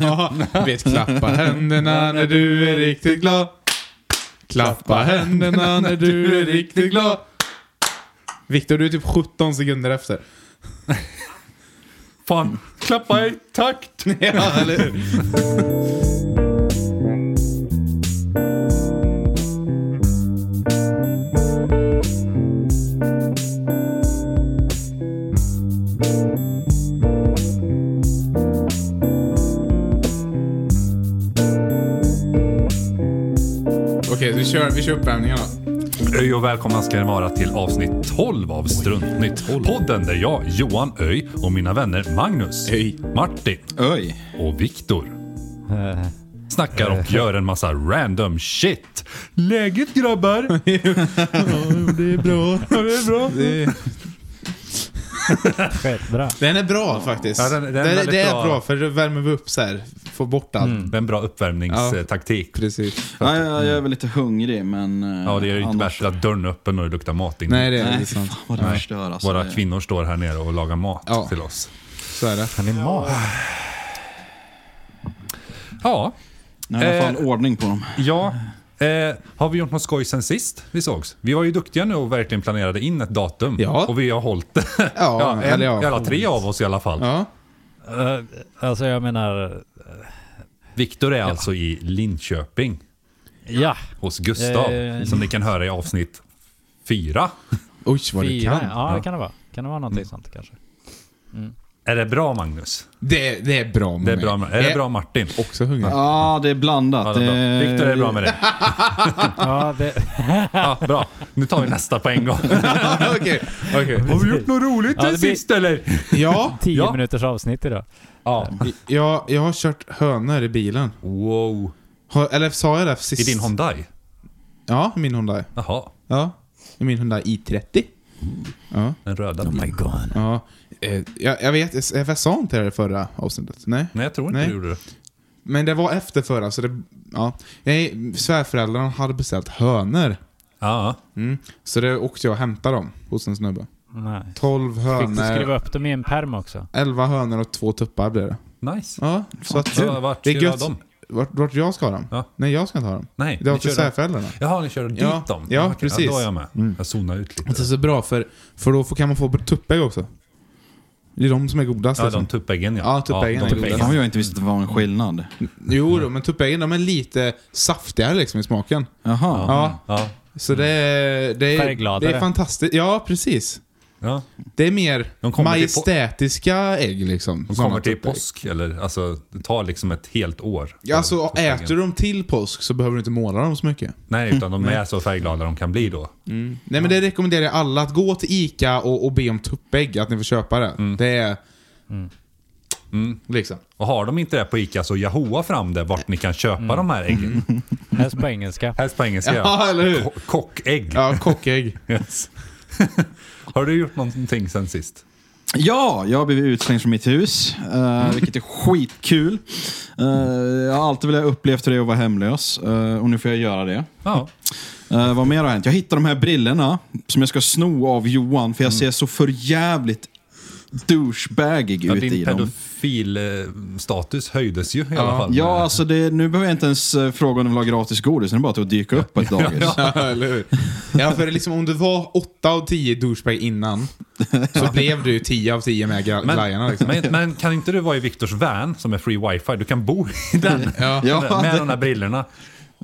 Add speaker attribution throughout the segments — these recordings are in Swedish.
Speaker 1: Ja, vet klappa händerna när du är riktigt glad. Klappa händerna när du är riktigt glad. Viktor, du är typ 17 sekunder efter.
Speaker 2: Fan, klappa i takt!
Speaker 1: Ja, eller hur? Okej, vi kör, vi kör uppvärmningen då.
Speaker 2: Öj och välkomna ska ni vara till avsnitt 12 av Struntnytt. Podden där jag, Johan Öj och mina vänner Magnus,
Speaker 1: Öj.
Speaker 2: Martin
Speaker 3: Oj.
Speaker 2: och Viktor snackar och gör en massa random shit. Läget grabbar? ja, det är bra. det är bra.
Speaker 4: Skitbra.
Speaker 1: Den är bra faktiskt.
Speaker 2: Ja, den- den är
Speaker 1: det,
Speaker 2: väldigt
Speaker 1: det är bra.
Speaker 2: bra.
Speaker 1: för då värmer vi upp så här. Får bort allt.
Speaker 2: Det är en bra uppvärmningstaktik.
Speaker 1: Precis.
Speaker 3: Ja, jag, jag är väl lite hungrig men... eh,
Speaker 2: Mm. Ja, det är ju inte
Speaker 3: annars-
Speaker 2: värst att dörren är öppen och det luktar mat in.
Speaker 1: Nej, det är
Speaker 3: Nej,
Speaker 1: det.
Speaker 3: fy fan vad det förstör alltså.
Speaker 2: Våra
Speaker 3: Det-
Speaker 2: kvinnor står här nere och lagar mat
Speaker 1: Ja.
Speaker 2: till oss.
Speaker 1: Så är det.
Speaker 4: Han är mat.
Speaker 2: Ja,
Speaker 3: Nu har jag fan
Speaker 2: Eh.
Speaker 3: ordning på dem.
Speaker 2: Ja. Eh, har vi gjort något skoj sen sist vi sågs? Vi var ju duktiga nu och verkligen planerade in ett datum.
Speaker 1: Ja.
Speaker 2: Och vi har hållit det. Ja,
Speaker 1: Ja,
Speaker 2: en,
Speaker 1: eller ja.
Speaker 2: Alla tre av oss i alla fall.
Speaker 1: Ja.
Speaker 4: Eh, alltså jag menar,
Speaker 2: Viktor är alltså i Linköping
Speaker 4: ja.
Speaker 2: hos Gustav.
Speaker 4: Eh.
Speaker 2: Som ni kan höra i avsnitt fyra.
Speaker 1: Oj, vad du
Speaker 4: Fyra.
Speaker 1: kan.
Speaker 4: Ja, Mm. det kan det vara. Kan det vara någonting sånt kanske?
Speaker 2: Är det bra Magnus?
Speaker 1: Det, det är bra med
Speaker 2: Det är, bra,
Speaker 1: mig.
Speaker 2: är det
Speaker 1: Jag
Speaker 2: bra Martin?
Speaker 1: Också hungrig.
Speaker 3: Ja, det är blandat.
Speaker 2: Ja, det är bra. Viktor är det bra med det.
Speaker 1: Eh.
Speaker 4: Ja, det,
Speaker 2: Ja, bra. Nu tar vi nästa på en gång.
Speaker 1: Okej. okej.
Speaker 2: Har vi gjort något roligt
Speaker 4: Ja, det
Speaker 2: sen
Speaker 4: blir-
Speaker 2: sist eller?
Speaker 1: Ja,
Speaker 4: tio
Speaker 2: Ja.
Speaker 4: minuters avsnitt idag.
Speaker 2: Ja.
Speaker 1: jag, jag har kört hönor i bilen.
Speaker 2: Wow.
Speaker 1: Har, eller sa jag det sist?
Speaker 2: I din Hyundai?
Speaker 1: Ja, i min Hyundai.
Speaker 2: Jaha.
Speaker 1: Ja, i min Hyundai i30. Ja,
Speaker 2: Den röda bilen.
Speaker 4: my god.
Speaker 1: ja. Eh, Jag, jag vet, jag, jag sa inte det i det förra avsnittet. Nej.
Speaker 2: Nej, jag tror inte
Speaker 1: Nej.
Speaker 2: du gjorde det.
Speaker 1: Men det var efter förra, så det... Ja. Nej, svärföräldrarna hade beställt hönor.
Speaker 2: Ja.
Speaker 1: Mm. Så det åkte jag och hämtade dem hos en snubbe.
Speaker 4: Nej.
Speaker 1: 12
Speaker 4: Fick du skriva
Speaker 1: hönor.
Speaker 4: upp dem i en perm också?
Speaker 1: 11 hönor och två tuppar blev det.
Speaker 2: Nice.
Speaker 1: Ja, så att...
Speaker 2: Vart- Vart
Speaker 1: Det
Speaker 2: det
Speaker 1: är
Speaker 2: ska jag ha
Speaker 1: gött.
Speaker 2: dem?
Speaker 1: Vart, vart jag ska ha dem?
Speaker 2: Ja.
Speaker 1: Nej, jag ska inte ha dem.
Speaker 2: Nej,
Speaker 1: Det var
Speaker 2: ni
Speaker 1: till
Speaker 2: kör dem.
Speaker 1: svärföräldrarna.
Speaker 2: Jaha, ni kör dit
Speaker 1: Ja,
Speaker 2: dem?
Speaker 1: ja,
Speaker 2: okej.
Speaker 1: precis. Mm.
Speaker 2: Ja, då är jag med. Jag zonar ut
Speaker 1: Det är
Speaker 2: lite.
Speaker 1: så bra för, för då får, kan man få tuppägg också. Det är de som är godast.
Speaker 2: Ja,
Speaker 1: liksom.
Speaker 2: de tuppäggen ja.
Speaker 1: Ja, tuppäggen
Speaker 2: de
Speaker 1: är goda.
Speaker 3: Fan vad jag inte visste att det var en skillnad.
Speaker 1: Jo, då, men tuppäggen de är lite saftigare liksom i smaken.
Speaker 3: Jaha.
Speaker 1: Ja,
Speaker 2: Ja.
Speaker 1: så det är, det är,
Speaker 4: Färggladare.
Speaker 1: det är fantastiskt. Ja, precis.
Speaker 2: ja.
Speaker 1: Det är mer
Speaker 2: De kommer till po-
Speaker 1: majestätiska ägg liksom.
Speaker 2: De
Speaker 1: Såna
Speaker 2: kommer till
Speaker 1: tuppägg.
Speaker 2: påsk eller alltså, det tar liksom ett helt år.
Speaker 1: Ja, alltså
Speaker 2: Tuppäggen.
Speaker 1: äter du dem till påsk så behöver du inte måla dem så mycket.
Speaker 2: Nej, utan de är så färgglada de kan bli då.
Speaker 1: Nej men det rekommenderar jag alla att gå till ICA och, och be om tuppägg, att ni får köpa det.
Speaker 2: Mm.
Speaker 1: Det är... Liksom.
Speaker 2: Och har de inte det på ICA så Yahoo fram det vart ni kan köpa de här äggen.
Speaker 4: Helst på engelska.
Speaker 2: Helst på engelska
Speaker 1: Mm. Ja, eller hur?
Speaker 2: Ko- Kockägg.
Speaker 1: Ja, kockägg.
Speaker 2: Yes. har du gjort någonting sen sist?
Speaker 3: Ja, jag har blivit utslängd från mitt hus, eh, vilket är skitkul. Eh, jag har alltid velat uppleva hur det är att vara hemlös eh, och nu får jag göra det.
Speaker 2: Ja.
Speaker 3: Eh, vad mer har hänt? Jag hittade de här brillorna som jag ska sno av Johan för jag
Speaker 2: Mm.
Speaker 3: ser så förjävligt douchebagig
Speaker 2: ja
Speaker 3: ut i
Speaker 2: din
Speaker 3: dem.
Speaker 2: pedofilstatus höjdes ju i alla fall.
Speaker 3: Ja, alltså det, nu behöver jag inte ens eh, fråga om de vill ha gratis godis, nu är det bara till att dyka upp på ett dagis.
Speaker 1: Ja, eller hur? Ja, för liksom, om du var 8 av 10 douchebag innan, så blev du 10 av 10 med gra- glajjorna. Liksom.
Speaker 2: Men, men kan inte du vara i Viktors van som är free wifi? Du kan bo i den
Speaker 1: Ja.
Speaker 3: Ja,
Speaker 2: med
Speaker 3: det-
Speaker 2: de där brillorna.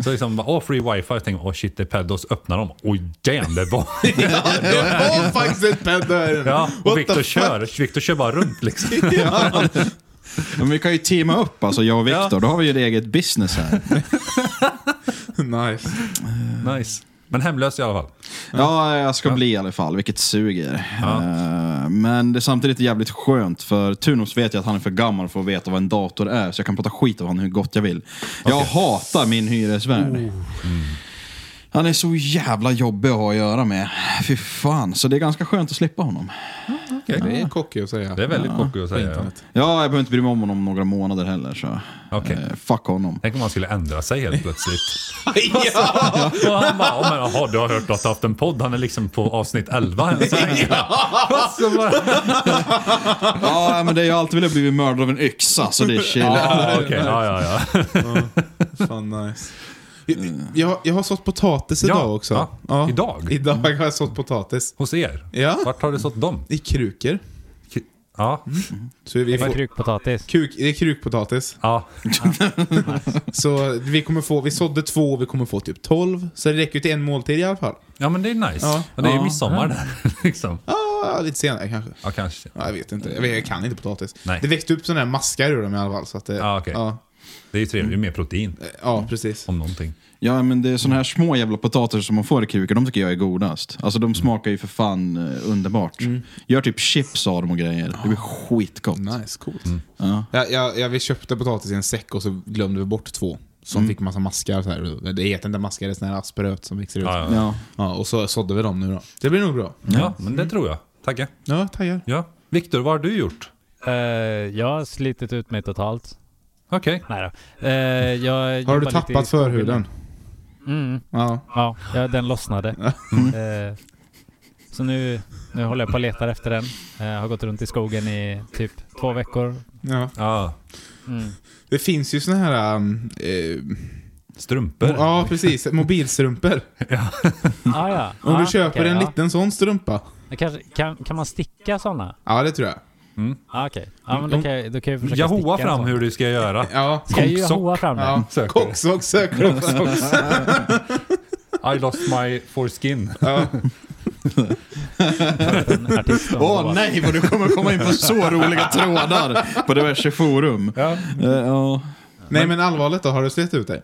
Speaker 2: Så liksom, bara, åh free wifi, jag tänker åh shit det är pedos, öppnar dem, oj damn det var...
Speaker 1: Ja, det var faktiskt ett ped där.
Speaker 2: Ja,
Speaker 1: What
Speaker 2: och
Speaker 1: the
Speaker 2: Viktor
Speaker 1: fuck?
Speaker 2: kör, Viktor kör bara runt liksom.
Speaker 3: Ja. Men vi kan ju teama upp, alltså jag och Viktor. Då har vi ju ett eget business här.
Speaker 1: Nice.
Speaker 2: Nice. Men hemlös i alla fall.
Speaker 3: Ja, jag ska bli i alla fall, vilket suger. Eh, Men det är samtidigt jävligt skönt, för Tunos vet jag att han är för gammal för att veta vad en dator är, så jag kan prata skit av honom hur gott jag vill. Jag hatar min hyresvärd. Han är så jävla jobbig att ha att göra med. Fy fan, så det är ganska skönt att slippa honom.
Speaker 2: okej.
Speaker 1: Det är cocky att säga.
Speaker 2: Det är väldigt cocky
Speaker 1: på
Speaker 2: att säga. Ja.
Speaker 1: internet.
Speaker 3: Ja, jag behöver inte bry mig om honom några månader heller. Så.
Speaker 2: Okej.
Speaker 3: Eh, fuck honom.
Speaker 2: Tänk om han skulle ändra sig helt plötsligt.
Speaker 1: ja!
Speaker 2: Och han bara, "Ja, men jaha, du har hört att du har haft en podd. Han är liksom på avsnitt 11 än så länge. Och så bara-
Speaker 3: Ja, men det är ju alltid velat bli mördad av en yxa, så det är chill.
Speaker 2: Ja, okej. Ja, ja, ja.
Speaker 1: Fan nice. Jag- Jag, jag har sått potatis idag också.
Speaker 2: ja. Idag?
Speaker 1: Idag har jag sått potatis.
Speaker 2: Hos er?
Speaker 1: Ja.
Speaker 2: Vart har du sått dem?
Speaker 1: I krukor.
Speaker 2: Ja.
Speaker 1: Så vi
Speaker 4: Med
Speaker 1: får,
Speaker 4: krukpotatis.
Speaker 1: kuk, det är krukpotatis.
Speaker 2: ja.
Speaker 1: Så vi kommer få, vi sådde två och vi kommer få typ 12. Så det räcker ju till en måltid i alla fall.
Speaker 2: Ja, men det är nice.
Speaker 1: Ja.
Speaker 2: Och det är ju midsommar där. Liksom.
Speaker 1: Ah, lite senare kanske.
Speaker 2: Ja, kanske.
Speaker 1: Ja, jag vet inte. Jag, vet, jag kan inte potatis.
Speaker 2: Nej.
Speaker 1: Det växte upp sådana här maskar ur dem i alla fall. Så att det,
Speaker 4: Ah,
Speaker 2: Ja, okej.
Speaker 1: ja,
Speaker 2: Det är ju trevligt. Det är mer protein,
Speaker 1: ja, precis.
Speaker 2: om någonting.
Speaker 3: Ja, men det är såna här små jävla potatisar som man får i krukor, de tycker jag är godast. Alltså de smakar ju för fan eh, underbart. Gör typ chips av dem och grejer. Det blir skitgott.
Speaker 1: Nice, coolt.
Speaker 4: Mm.
Speaker 3: Ja.
Speaker 1: Ja, ja, ja, vi köpte potatis i en säck och så glömde vi bort två. Som
Speaker 4: Mm.
Speaker 1: fick massa maskar. Så här. Det heter inte maskar, det är såna här asperöt som växer ut.
Speaker 4: Ah,
Speaker 2: Ja, ja.
Speaker 3: Ja.
Speaker 1: Ja, och så sådde vi dem nu då. Det blir nog bra.
Speaker 2: ja men det tror jag. Tacka.
Speaker 1: Ja, tackar.
Speaker 2: Ja. Viktor, vad har du gjort?
Speaker 4: Eh, jag har slitit ut mig totalt.
Speaker 2: Okej.
Speaker 4: Nej då. Eh, jag
Speaker 1: Har
Speaker 4: jobbar
Speaker 1: du
Speaker 4: lite i
Speaker 1: tappat
Speaker 4: skogen.
Speaker 1: förhuden?
Speaker 4: Mm.
Speaker 1: Ja.
Speaker 4: Ja, ja den lossnade.
Speaker 1: Mm.
Speaker 4: Eh, så nu, nu håller jag på och letar efter den. Eh, har gått runt i skogen i typ två veckor.
Speaker 1: ja.
Speaker 2: Ja.
Speaker 4: Mm.
Speaker 1: Det finns ju såna här... Um, eh,
Speaker 2: Strumpor.
Speaker 1: ja, precis. Mobilstrumpor.
Speaker 4: Ah, ja.
Speaker 1: Om
Speaker 4: ah,
Speaker 1: du köper
Speaker 4: okej,
Speaker 1: en
Speaker 4: ja.
Speaker 1: liten sån strumpa.
Speaker 4: Men Kanske, kan, kan man sticka sådana?
Speaker 1: Ja, det tror jag.
Speaker 4: Ah, Okej, ja, men då kan, jag- då kan jag försöka
Speaker 2: Jag
Speaker 4: sticka
Speaker 2: hoar
Speaker 4: en
Speaker 2: fram
Speaker 4: sån.
Speaker 2: hur du ska göra.
Speaker 1: Ja.
Speaker 4: Ska jag ju
Speaker 2: Kocksock.
Speaker 4: hoa fram den?
Speaker 1: Ja,
Speaker 2: Söker.
Speaker 1: kocksock, sök kocksock.
Speaker 2: I lost my foreskin.
Speaker 4: En artist om
Speaker 3: Åh
Speaker 4: det var.
Speaker 3: nej, vad du kommer komma in på så roliga trådar på diverse forum.
Speaker 2: Ja.
Speaker 3: Eh, ja.
Speaker 1: Nej men allvarligt då, har du slet ut dig?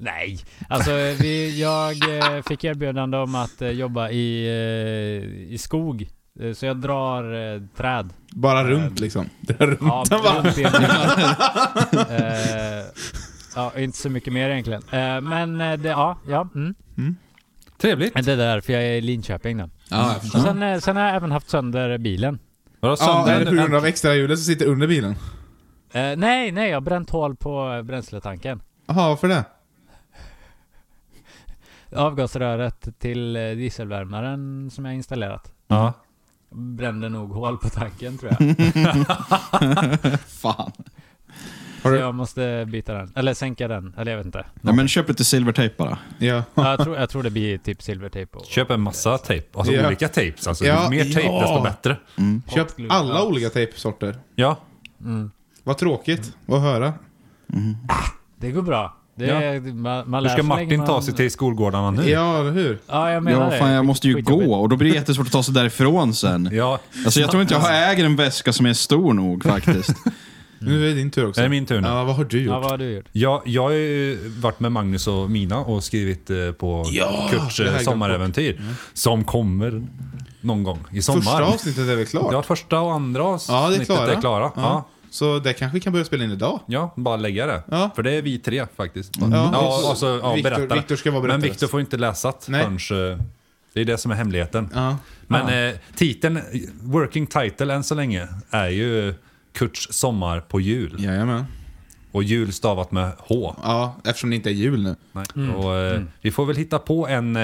Speaker 4: Nej, alltså vi, jag eh, fick erbjudande om att eh, jobba i, eh, i skog. Eh, Så jag drar eh, träd.
Speaker 1: Bara runt liksom? Dra runt
Speaker 4: Ja,
Speaker 1: den bara.
Speaker 4: runt i en cirkel. Eh, Ja, inte så mycket mer egentligen. Eh, Men eh, det, ja, ja. Mm.
Speaker 2: Trevligt.
Speaker 4: Men Det är därför jag är i Linköping nu.
Speaker 1: Ja, jag
Speaker 4: Och sen, eh, sen har jag även haft sönder bilen.
Speaker 2: Vadå
Speaker 1: Ja,
Speaker 2: sönder
Speaker 1: är det på
Speaker 2: den?
Speaker 1: grund av extra hjulet som sitter under bilen?
Speaker 4: Eh, Nej, nej, jag har bränt hål på eh, bränsletanken.
Speaker 1: Jaha, varför det?
Speaker 4: Avgasröret till eh, dieselvärmaren som jag installerat.
Speaker 2: Ja.
Speaker 4: Brände nog hål på tanken tror
Speaker 2: Mm.
Speaker 4: jag.
Speaker 3: Fan.
Speaker 1: Har
Speaker 4: Så
Speaker 1: du-
Speaker 4: jag måste byta den. Eller sänka den. Eller jag vet inte.
Speaker 3: Ja, men köp lite silvertejp bara.
Speaker 1: Ja.
Speaker 4: Ja, jag, tror, jag tror det blir typ silvertejp. Och,
Speaker 2: Köp en massa tejp. Alltså
Speaker 1: Ja.
Speaker 2: olika tejps. Alltså,
Speaker 1: Ja,
Speaker 2: ju mer tejp
Speaker 1: ja.
Speaker 2: desto bättre.
Speaker 1: Köp
Speaker 4: Hotglue,
Speaker 1: alla
Speaker 4: ja.
Speaker 1: olika tejpsorter.
Speaker 2: Ja.
Speaker 1: Vad tråkigt att höra.
Speaker 4: Det går bra. Det,
Speaker 2: Ja.
Speaker 4: man, man
Speaker 2: Hur
Speaker 4: lär
Speaker 2: ska
Speaker 4: sig länge
Speaker 2: Martin ta
Speaker 4: man-
Speaker 2: sig till skolgårdarna nu?
Speaker 1: Ja, eller hur?
Speaker 4: Ja, jag menar
Speaker 3: Ja,
Speaker 4: det.
Speaker 3: fan, jag måste ju
Speaker 4: Skit- skitjobbigt.
Speaker 3: gå och då blir det jättesvårt att ta sig därifrån sen.
Speaker 2: Ja.
Speaker 3: Alltså, jag tror inte jag äger en väska som är stor nog faktiskt.
Speaker 1: Nu är det din tur också.
Speaker 2: Är det min tur nu?
Speaker 1: Ja, vad har du
Speaker 4: Ja,
Speaker 1: gjort?
Speaker 4: vad har du gjort?
Speaker 2: Jag, jag har ju varit med Magnus och Mina och skrivit eh, på Kurts eh,
Speaker 1: det här går
Speaker 2: sommaräventyr. Som kommer någon gång i sommar.
Speaker 1: Mm. Första avsnittet är väl klart?
Speaker 2: Ja, första och andra
Speaker 1: Ja, det är
Speaker 2: avsnittet
Speaker 1: klara.
Speaker 2: är klara. Ja.
Speaker 1: Så det kanske vi kan börja spela in idag?
Speaker 2: Ja, bara lägga det.
Speaker 1: Ja. Mm.
Speaker 2: För det är vi tre faktiskt.
Speaker 1: Ja,
Speaker 2: Ja,
Speaker 1: Victor-
Speaker 2: alltså, ja,
Speaker 1: Victor-
Speaker 2: berättare.
Speaker 1: Victor ska vara
Speaker 2: Men
Speaker 1: berättare.
Speaker 2: Viktor får inte läsat
Speaker 1: Nej.
Speaker 2: förrän... eh, Det är det som är hemligheten.
Speaker 1: Ja.
Speaker 2: Men eh, titeln, working title än så länge, är ju Kurts sommar på jul.
Speaker 1: Jajamän.
Speaker 2: Och jul stavat med H.
Speaker 1: Ja, eftersom det inte är jul nu.
Speaker 2: Nej. Och, eh, Vi får väl hitta på en eh,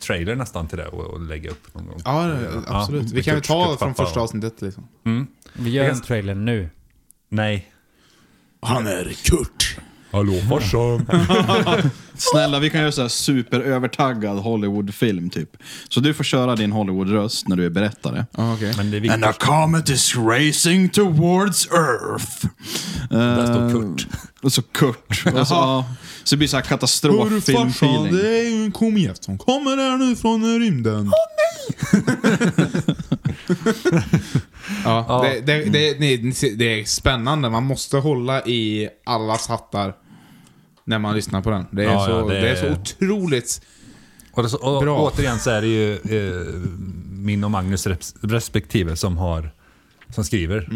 Speaker 2: trailer nästan till det och, och lägga upp någon gång.
Speaker 1: Ja, det- absolut. Vi
Speaker 2: med
Speaker 1: kan ju
Speaker 2: Kurts
Speaker 1: ta från
Speaker 2: kuttpappa
Speaker 1: första
Speaker 2: och-
Speaker 1: avsnittet liksom.
Speaker 4: Vi gör
Speaker 2: Jag
Speaker 4: en trailer nu.
Speaker 2: Nej.
Speaker 1: Han är Kurt.
Speaker 2: Hallå farsan.
Speaker 3: Snälla, vi kan göra så här superövertaggad Hollywoodfilm typ. Så du får köra din Hollywoodröst när du är berättare.
Speaker 1: Ja, okej.
Speaker 2: Men det är
Speaker 3: And
Speaker 2: Viktor.
Speaker 3: a comet is racing towards Earth.
Speaker 2: Där står Kurt.
Speaker 3: Eh, Och så Kurt. Och så, ja, så det blir så här
Speaker 1: Hörru farsan,
Speaker 3: katastroffilm-feeling.
Speaker 1: det är ju en komet som kommer här nu från rymden. ja, det, det, det, det, det är spännande. Man måste hålla i allas hattar när man lyssnar på den. Det är,
Speaker 2: Ja,
Speaker 1: så,
Speaker 2: ja,
Speaker 1: det...
Speaker 2: det-
Speaker 1: är så otroligt...
Speaker 2: Och, det, och
Speaker 1: Bra.
Speaker 2: återigen så är det ju eh, min och Magnus reps- respektive som,
Speaker 1: Mm.
Speaker 2: har, som skriver.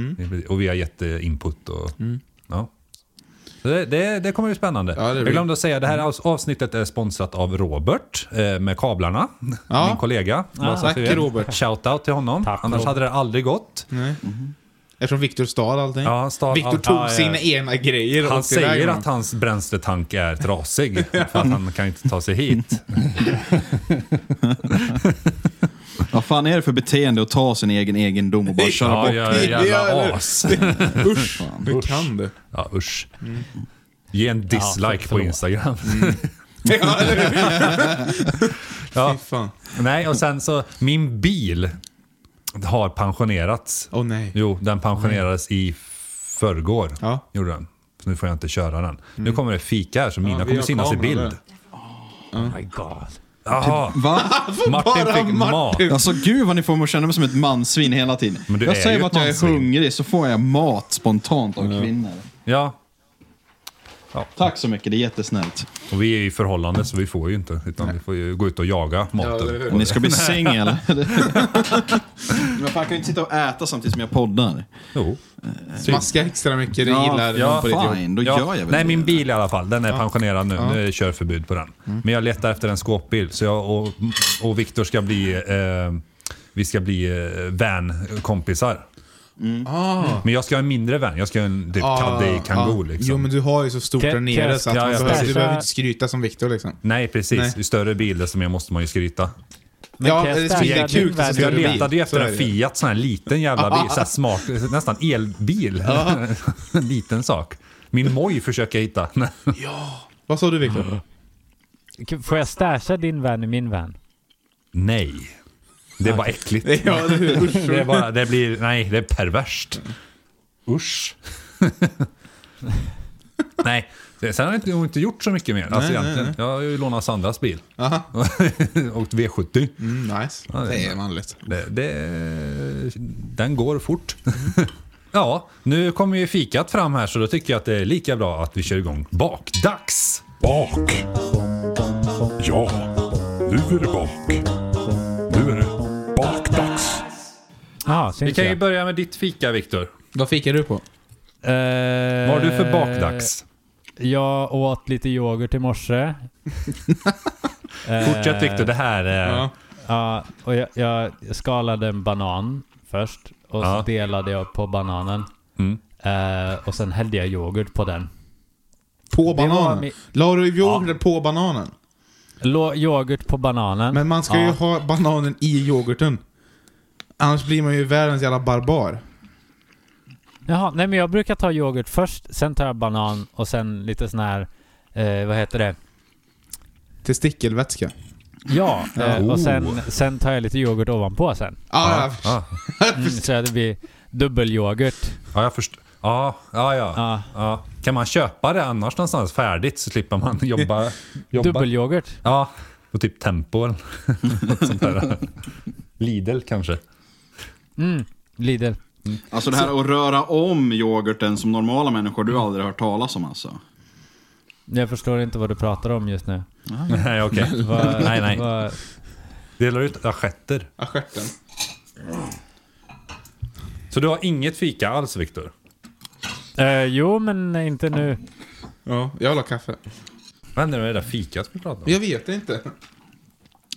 Speaker 2: Och vi har gett eh, input. Och, ja. Så Så det, det, det kommer bli spännande.
Speaker 1: Ja, det blir-
Speaker 2: Jag glömde att säga, det här avs- avsnittet är sponsrat av Robert eh, med kablarna.
Speaker 1: Ja.
Speaker 2: Min kollega. Bara så
Speaker 1: tack,
Speaker 2: att du vet.
Speaker 1: Robert.
Speaker 2: Shoutout till honom.
Speaker 4: Tack,
Speaker 2: Annars
Speaker 4: Robert.
Speaker 2: hade det aldrig gått.
Speaker 1: Nej. Eftersom Viktor stal allting.
Speaker 2: Ja, stal
Speaker 1: Viktor
Speaker 2: allt.
Speaker 1: tog
Speaker 2: Ja, ja.
Speaker 1: sina egna grejer och
Speaker 2: Han
Speaker 1: åkte iväg
Speaker 2: säger
Speaker 1: med
Speaker 2: att hans bränsletank är trasig för att han kan inte ta sig hit.
Speaker 3: Vad fan är det för beteende att ta sin egen egendom och bara köra
Speaker 2: Ja,
Speaker 3: bort?
Speaker 2: jag är
Speaker 1: Ja,
Speaker 2: jävla
Speaker 1: eller-
Speaker 2: as.
Speaker 1: dem. Usch, hur kan du?
Speaker 2: Ja, usch. Ge en dislike på
Speaker 4: förlåt.
Speaker 2: Instagram.
Speaker 1: Mm. Ja, eller hur?
Speaker 2: Ja.
Speaker 1: Fy fan.
Speaker 2: Nej, och sen så, min bil har pensionerats.
Speaker 1: Åh nej.
Speaker 2: Jo, den pensionerades i förrgår.
Speaker 1: Ja. Mm.
Speaker 2: Gjorde den. Så nu får jag inte köra den. Nu kommer det fika här så mina
Speaker 1: vi
Speaker 2: kommer
Speaker 1: har
Speaker 2: synas i
Speaker 1: kameran
Speaker 2: bild.
Speaker 1: där.
Speaker 4: Oh my god.
Speaker 2: Jaha,
Speaker 3: Va?
Speaker 2: Martin
Speaker 1: Typ, Bara
Speaker 2: fick mat.
Speaker 1: Martin.
Speaker 3: Alltså gud vad ni får mig att känna mig som ett mansvin hela tiden.
Speaker 2: Men du
Speaker 3: jag
Speaker 2: är
Speaker 3: säger
Speaker 2: ju
Speaker 3: bara
Speaker 2: ett
Speaker 3: att jag är
Speaker 2: mansvin.
Speaker 3: hungrig så får jag mat spontant av kvinnor.
Speaker 2: Ja,
Speaker 3: Tack så mycket, det är jättesnällt.
Speaker 2: och vi är i förhållande så vi får ju inte. Utan vi får ju gå ut och jaga maten.
Speaker 1: eller
Speaker 3: Ni ska bli singel. Men fan, jag kan ju inte sitta och äta samtidigt som jag poddar.
Speaker 2: jo.
Speaker 1: Smaska extra mycket, det gillar
Speaker 2: ja,
Speaker 1: någon på ditt jobb.
Speaker 3: Fine, då
Speaker 2: Ja,
Speaker 3: gör jag väl
Speaker 2: nej,
Speaker 3: det.
Speaker 2: min bil i alla fall. Den är pensionerad nu. Nu är det körförbud på den.
Speaker 3: Mm.
Speaker 2: Men jag letar efter en skåpbil. Så jag och, och Viktor ska bli... Eh, vi ska bli eh, van-kompisar.
Speaker 3: Mm.
Speaker 1: Ah.
Speaker 2: Men jag ska ha en mindre van. Jag ska ha en typ
Speaker 1: Ah,
Speaker 2: Caddy Kangoo
Speaker 1: ah.
Speaker 2: liksom.
Speaker 1: Jo men du har ju så stort
Speaker 4: Kan-
Speaker 1: där
Speaker 4: kan
Speaker 1: nere
Speaker 4: jag-
Speaker 1: så att
Speaker 2: Ja,
Speaker 1: man
Speaker 2: jag
Speaker 1: behöver,
Speaker 2: ska-
Speaker 1: du behöver inte skryta som Viktor liksom.
Speaker 2: Nej, precis.
Speaker 1: Nej.
Speaker 2: Ju större bil, desto mer måste man ju skryta.
Speaker 4: Men
Speaker 1: ja,
Speaker 4: kan jag
Speaker 1: det
Speaker 4: stärka
Speaker 1: är
Speaker 4: din
Speaker 1: kul.
Speaker 4: värld?
Speaker 2: För jag
Speaker 4: Större bil.
Speaker 2: letade ju efter en Fiat, sån här liten jävla bil. Så här smart, nästan elbil.
Speaker 1: Ah.
Speaker 2: en liten sak. Min Moj försöker jag hitta.
Speaker 1: Vad sa du Viktor?
Speaker 4: K- Får jag stasha din vän i min vän?
Speaker 2: Nej. Det är bara äckligt.
Speaker 1: ja, eller hur? Usch.
Speaker 2: Det, är bara, det blir, nej, det är perverst. Usch. nej, sen har jag inte, jag har inte gjort så mycket mer. Alltså, egentligen. Jag har ju lånat Sandras bil.
Speaker 1: Aha.
Speaker 2: Åkt V70.
Speaker 1: Mm, nice.
Speaker 2: det är
Speaker 1: Det är manligt.
Speaker 2: Det, det, den går fort. ja, nu kommer ju fikat fram här så då tycker jag att det är lika bra att vi kör igång bakdags.
Speaker 5: Bak. Ja, nu är det bak. Nu är det bakdags.
Speaker 4: Ja,
Speaker 2: Vi
Speaker 4: syns
Speaker 2: kan ju
Speaker 4: jag.
Speaker 2: börja med ditt fika Viktor.
Speaker 1: Vad fikar du på?
Speaker 4: Eh,
Speaker 2: Vad har du för bakdags?
Speaker 4: Jag åt lite yoghurt i morse. Eh,
Speaker 2: Fortsätt Viktor, det här är...
Speaker 1: Ja.
Speaker 4: Ja, och jag, jag skalade en banan först och
Speaker 2: Ja.
Speaker 4: så delade jag på bananen.
Speaker 2: Mm.
Speaker 4: Eh, och sen hällde jag yoghurt på den.
Speaker 1: På
Speaker 4: Det var
Speaker 1: bananen?
Speaker 4: mi-
Speaker 1: La du yoghurten på bananen?
Speaker 4: Lå, yoghurt på bananen.
Speaker 1: Men man ska
Speaker 4: Ja.
Speaker 1: ju ha bananen i yoghurten. Annars blir man ju världens jävla barbar.
Speaker 4: Jaha, nej men jag brukar ta yoghurt först, sen tar jag banan och sen lite sån här, eh, vad heter det?
Speaker 1: Testikelvätska.
Speaker 4: Ja, eh,
Speaker 2: Oh.
Speaker 4: och sen, sen tar jag lite yoghurt ovanpå sen.
Speaker 1: Ah, ja.
Speaker 2: Ah,
Speaker 4: Mm, så att det blir dubbelyoghurt.
Speaker 2: ja, jag förstår. Ja, ja, ja.
Speaker 4: Ja.
Speaker 2: Ja. Kan man köpa det annars någonstans färdigt så slipper man jobba. jobba.
Speaker 4: Dubbelyoghurt.
Speaker 2: Ja, på typ Tempo eller något sånt där. Lidl kanske.
Speaker 4: Ah. Mm, Lidl.
Speaker 3: Alltså det här att röra om yoghurten som normala människor, du har aldrig hört talas om alltså.
Speaker 4: Jag förstår inte vad du pratar om just nu.
Speaker 2: Nej, okej.
Speaker 4: Vad-
Speaker 2: Nej, nej.
Speaker 4: vad-
Speaker 2: Delar ut assietter.
Speaker 1: Stjärten.
Speaker 2: Så du har inget fika alls, Viktor?
Speaker 4: Eh, jo, men inte nu.
Speaker 1: Ja, jag vill ha kaffe.
Speaker 2: Vad hände med det där fikat vi pratade om?
Speaker 1: Jag vet inte.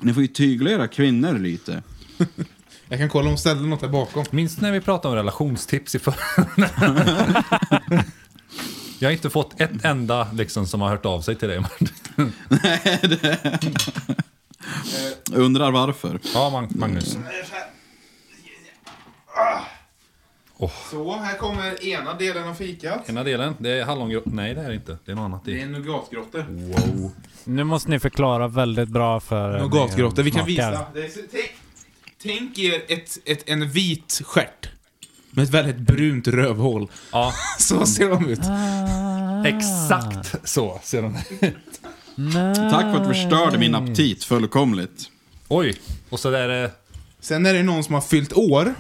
Speaker 3: Ni får ju tygla era kvinnor lite.
Speaker 1: Jag kan kolla om hon ställde något här bakom.
Speaker 2: Minns ni när vi pratade om relationstips i förra? Jag har inte fått ett enda liksom, som har hört av sig till dig. Martin.
Speaker 3: Undrar varför.
Speaker 2: Ja, Mag- Magnus.
Speaker 1: Mm. Så, här kommer ena delen av fikat.
Speaker 2: Ena delen, det är hallongrott. Nej, det är det inte. Det är något annat i.
Speaker 1: en nougatgrotte.
Speaker 2: Wow.
Speaker 4: Nu måste ni förklara väldigt bra för...
Speaker 1: Nougatgrotte, vi kan
Speaker 4: smakar.
Speaker 1: visa. Det är så- Tänk, tänk er ett, ett, en vit stjärt. Med ett väldigt brunt rövhål.
Speaker 2: Ja,
Speaker 1: Så ser de ut. Ah.
Speaker 2: exakt så ser de
Speaker 3: Tack för att du förstörde min aptit fullkomligt.
Speaker 2: Oj, och så där eh, är
Speaker 1: Sen är det någon som har fyllt år.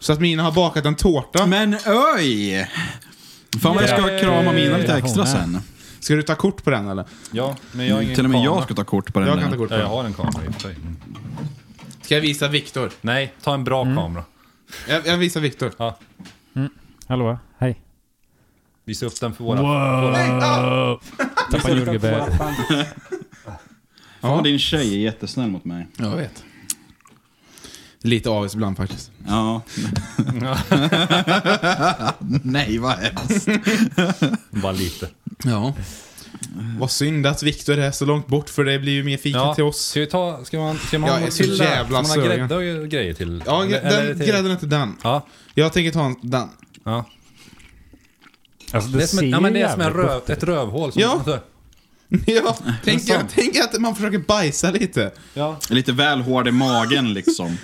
Speaker 1: Så att mina har bakat en tårta.
Speaker 3: Men öj! Fan vad jag ska krama mina lite extra sen.
Speaker 1: Ska du ta kort på den eller?
Speaker 2: Ja, men
Speaker 1: Mm,
Speaker 2: jag har ingen
Speaker 3: Till och med jag
Speaker 2: kamera.
Speaker 3: ska ta kort på den
Speaker 1: Jag
Speaker 3: där.
Speaker 1: kan ta kort på
Speaker 2: Ja, jag
Speaker 1: den.
Speaker 2: har en kamera i och för sig. Mm.
Speaker 1: Ska jag visa Viktor?
Speaker 2: Nej, ta en
Speaker 1: Mm.
Speaker 2: bra kamera.
Speaker 1: Jag, jag visar Viktor.
Speaker 2: Ja.
Speaker 4: Hallå, hej.
Speaker 2: Visa upp den för våra...
Speaker 4: Wow!
Speaker 1: ah!
Speaker 4: Tappa jordgubbe.
Speaker 3: Fan, din tjej är jättesnäll mot mig.
Speaker 1: Jag vet. Lite avis ibland faktiskt.
Speaker 3: Ja. Nej, vad hemskt.
Speaker 2: Bara lite.
Speaker 1: Ja. Vad synd att Viktor är så långt bort för det blir ju mer fika till oss.
Speaker 2: Ska, vi ta, ska man, ska man
Speaker 1: Jag
Speaker 2: ha
Speaker 1: är så
Speaker 2: till det?
Speaker 1: jävla
Speaker 2: Ska man ha
Speaker 1: sugen.
Speaker 2: grädde och grejer till?
Speaker 1: Ja,
Speaker 2: Eller-
Speaker 1: gr-
Speaker 2: eller
Speaker 1: den
Speaker 2: till-
Speaker 1: grädden är inte den.
Speaker 2: Ja,
Speaker 1: Jag tänker ta en, den.
Speaker 2: ja.
Speaker 6: Alltså,
Speaker 2: Det är som, ett, ja, men det är som en
Speaker 6: jävligt
Speaker 2: röv, ett rövhål. Som
Speaker 1: Ja. Ja, tänk, jag, tänk att man försöker bajsa lite.
Speaker 2: ja.
Speaker 3: Lite väl hård i magen liksom.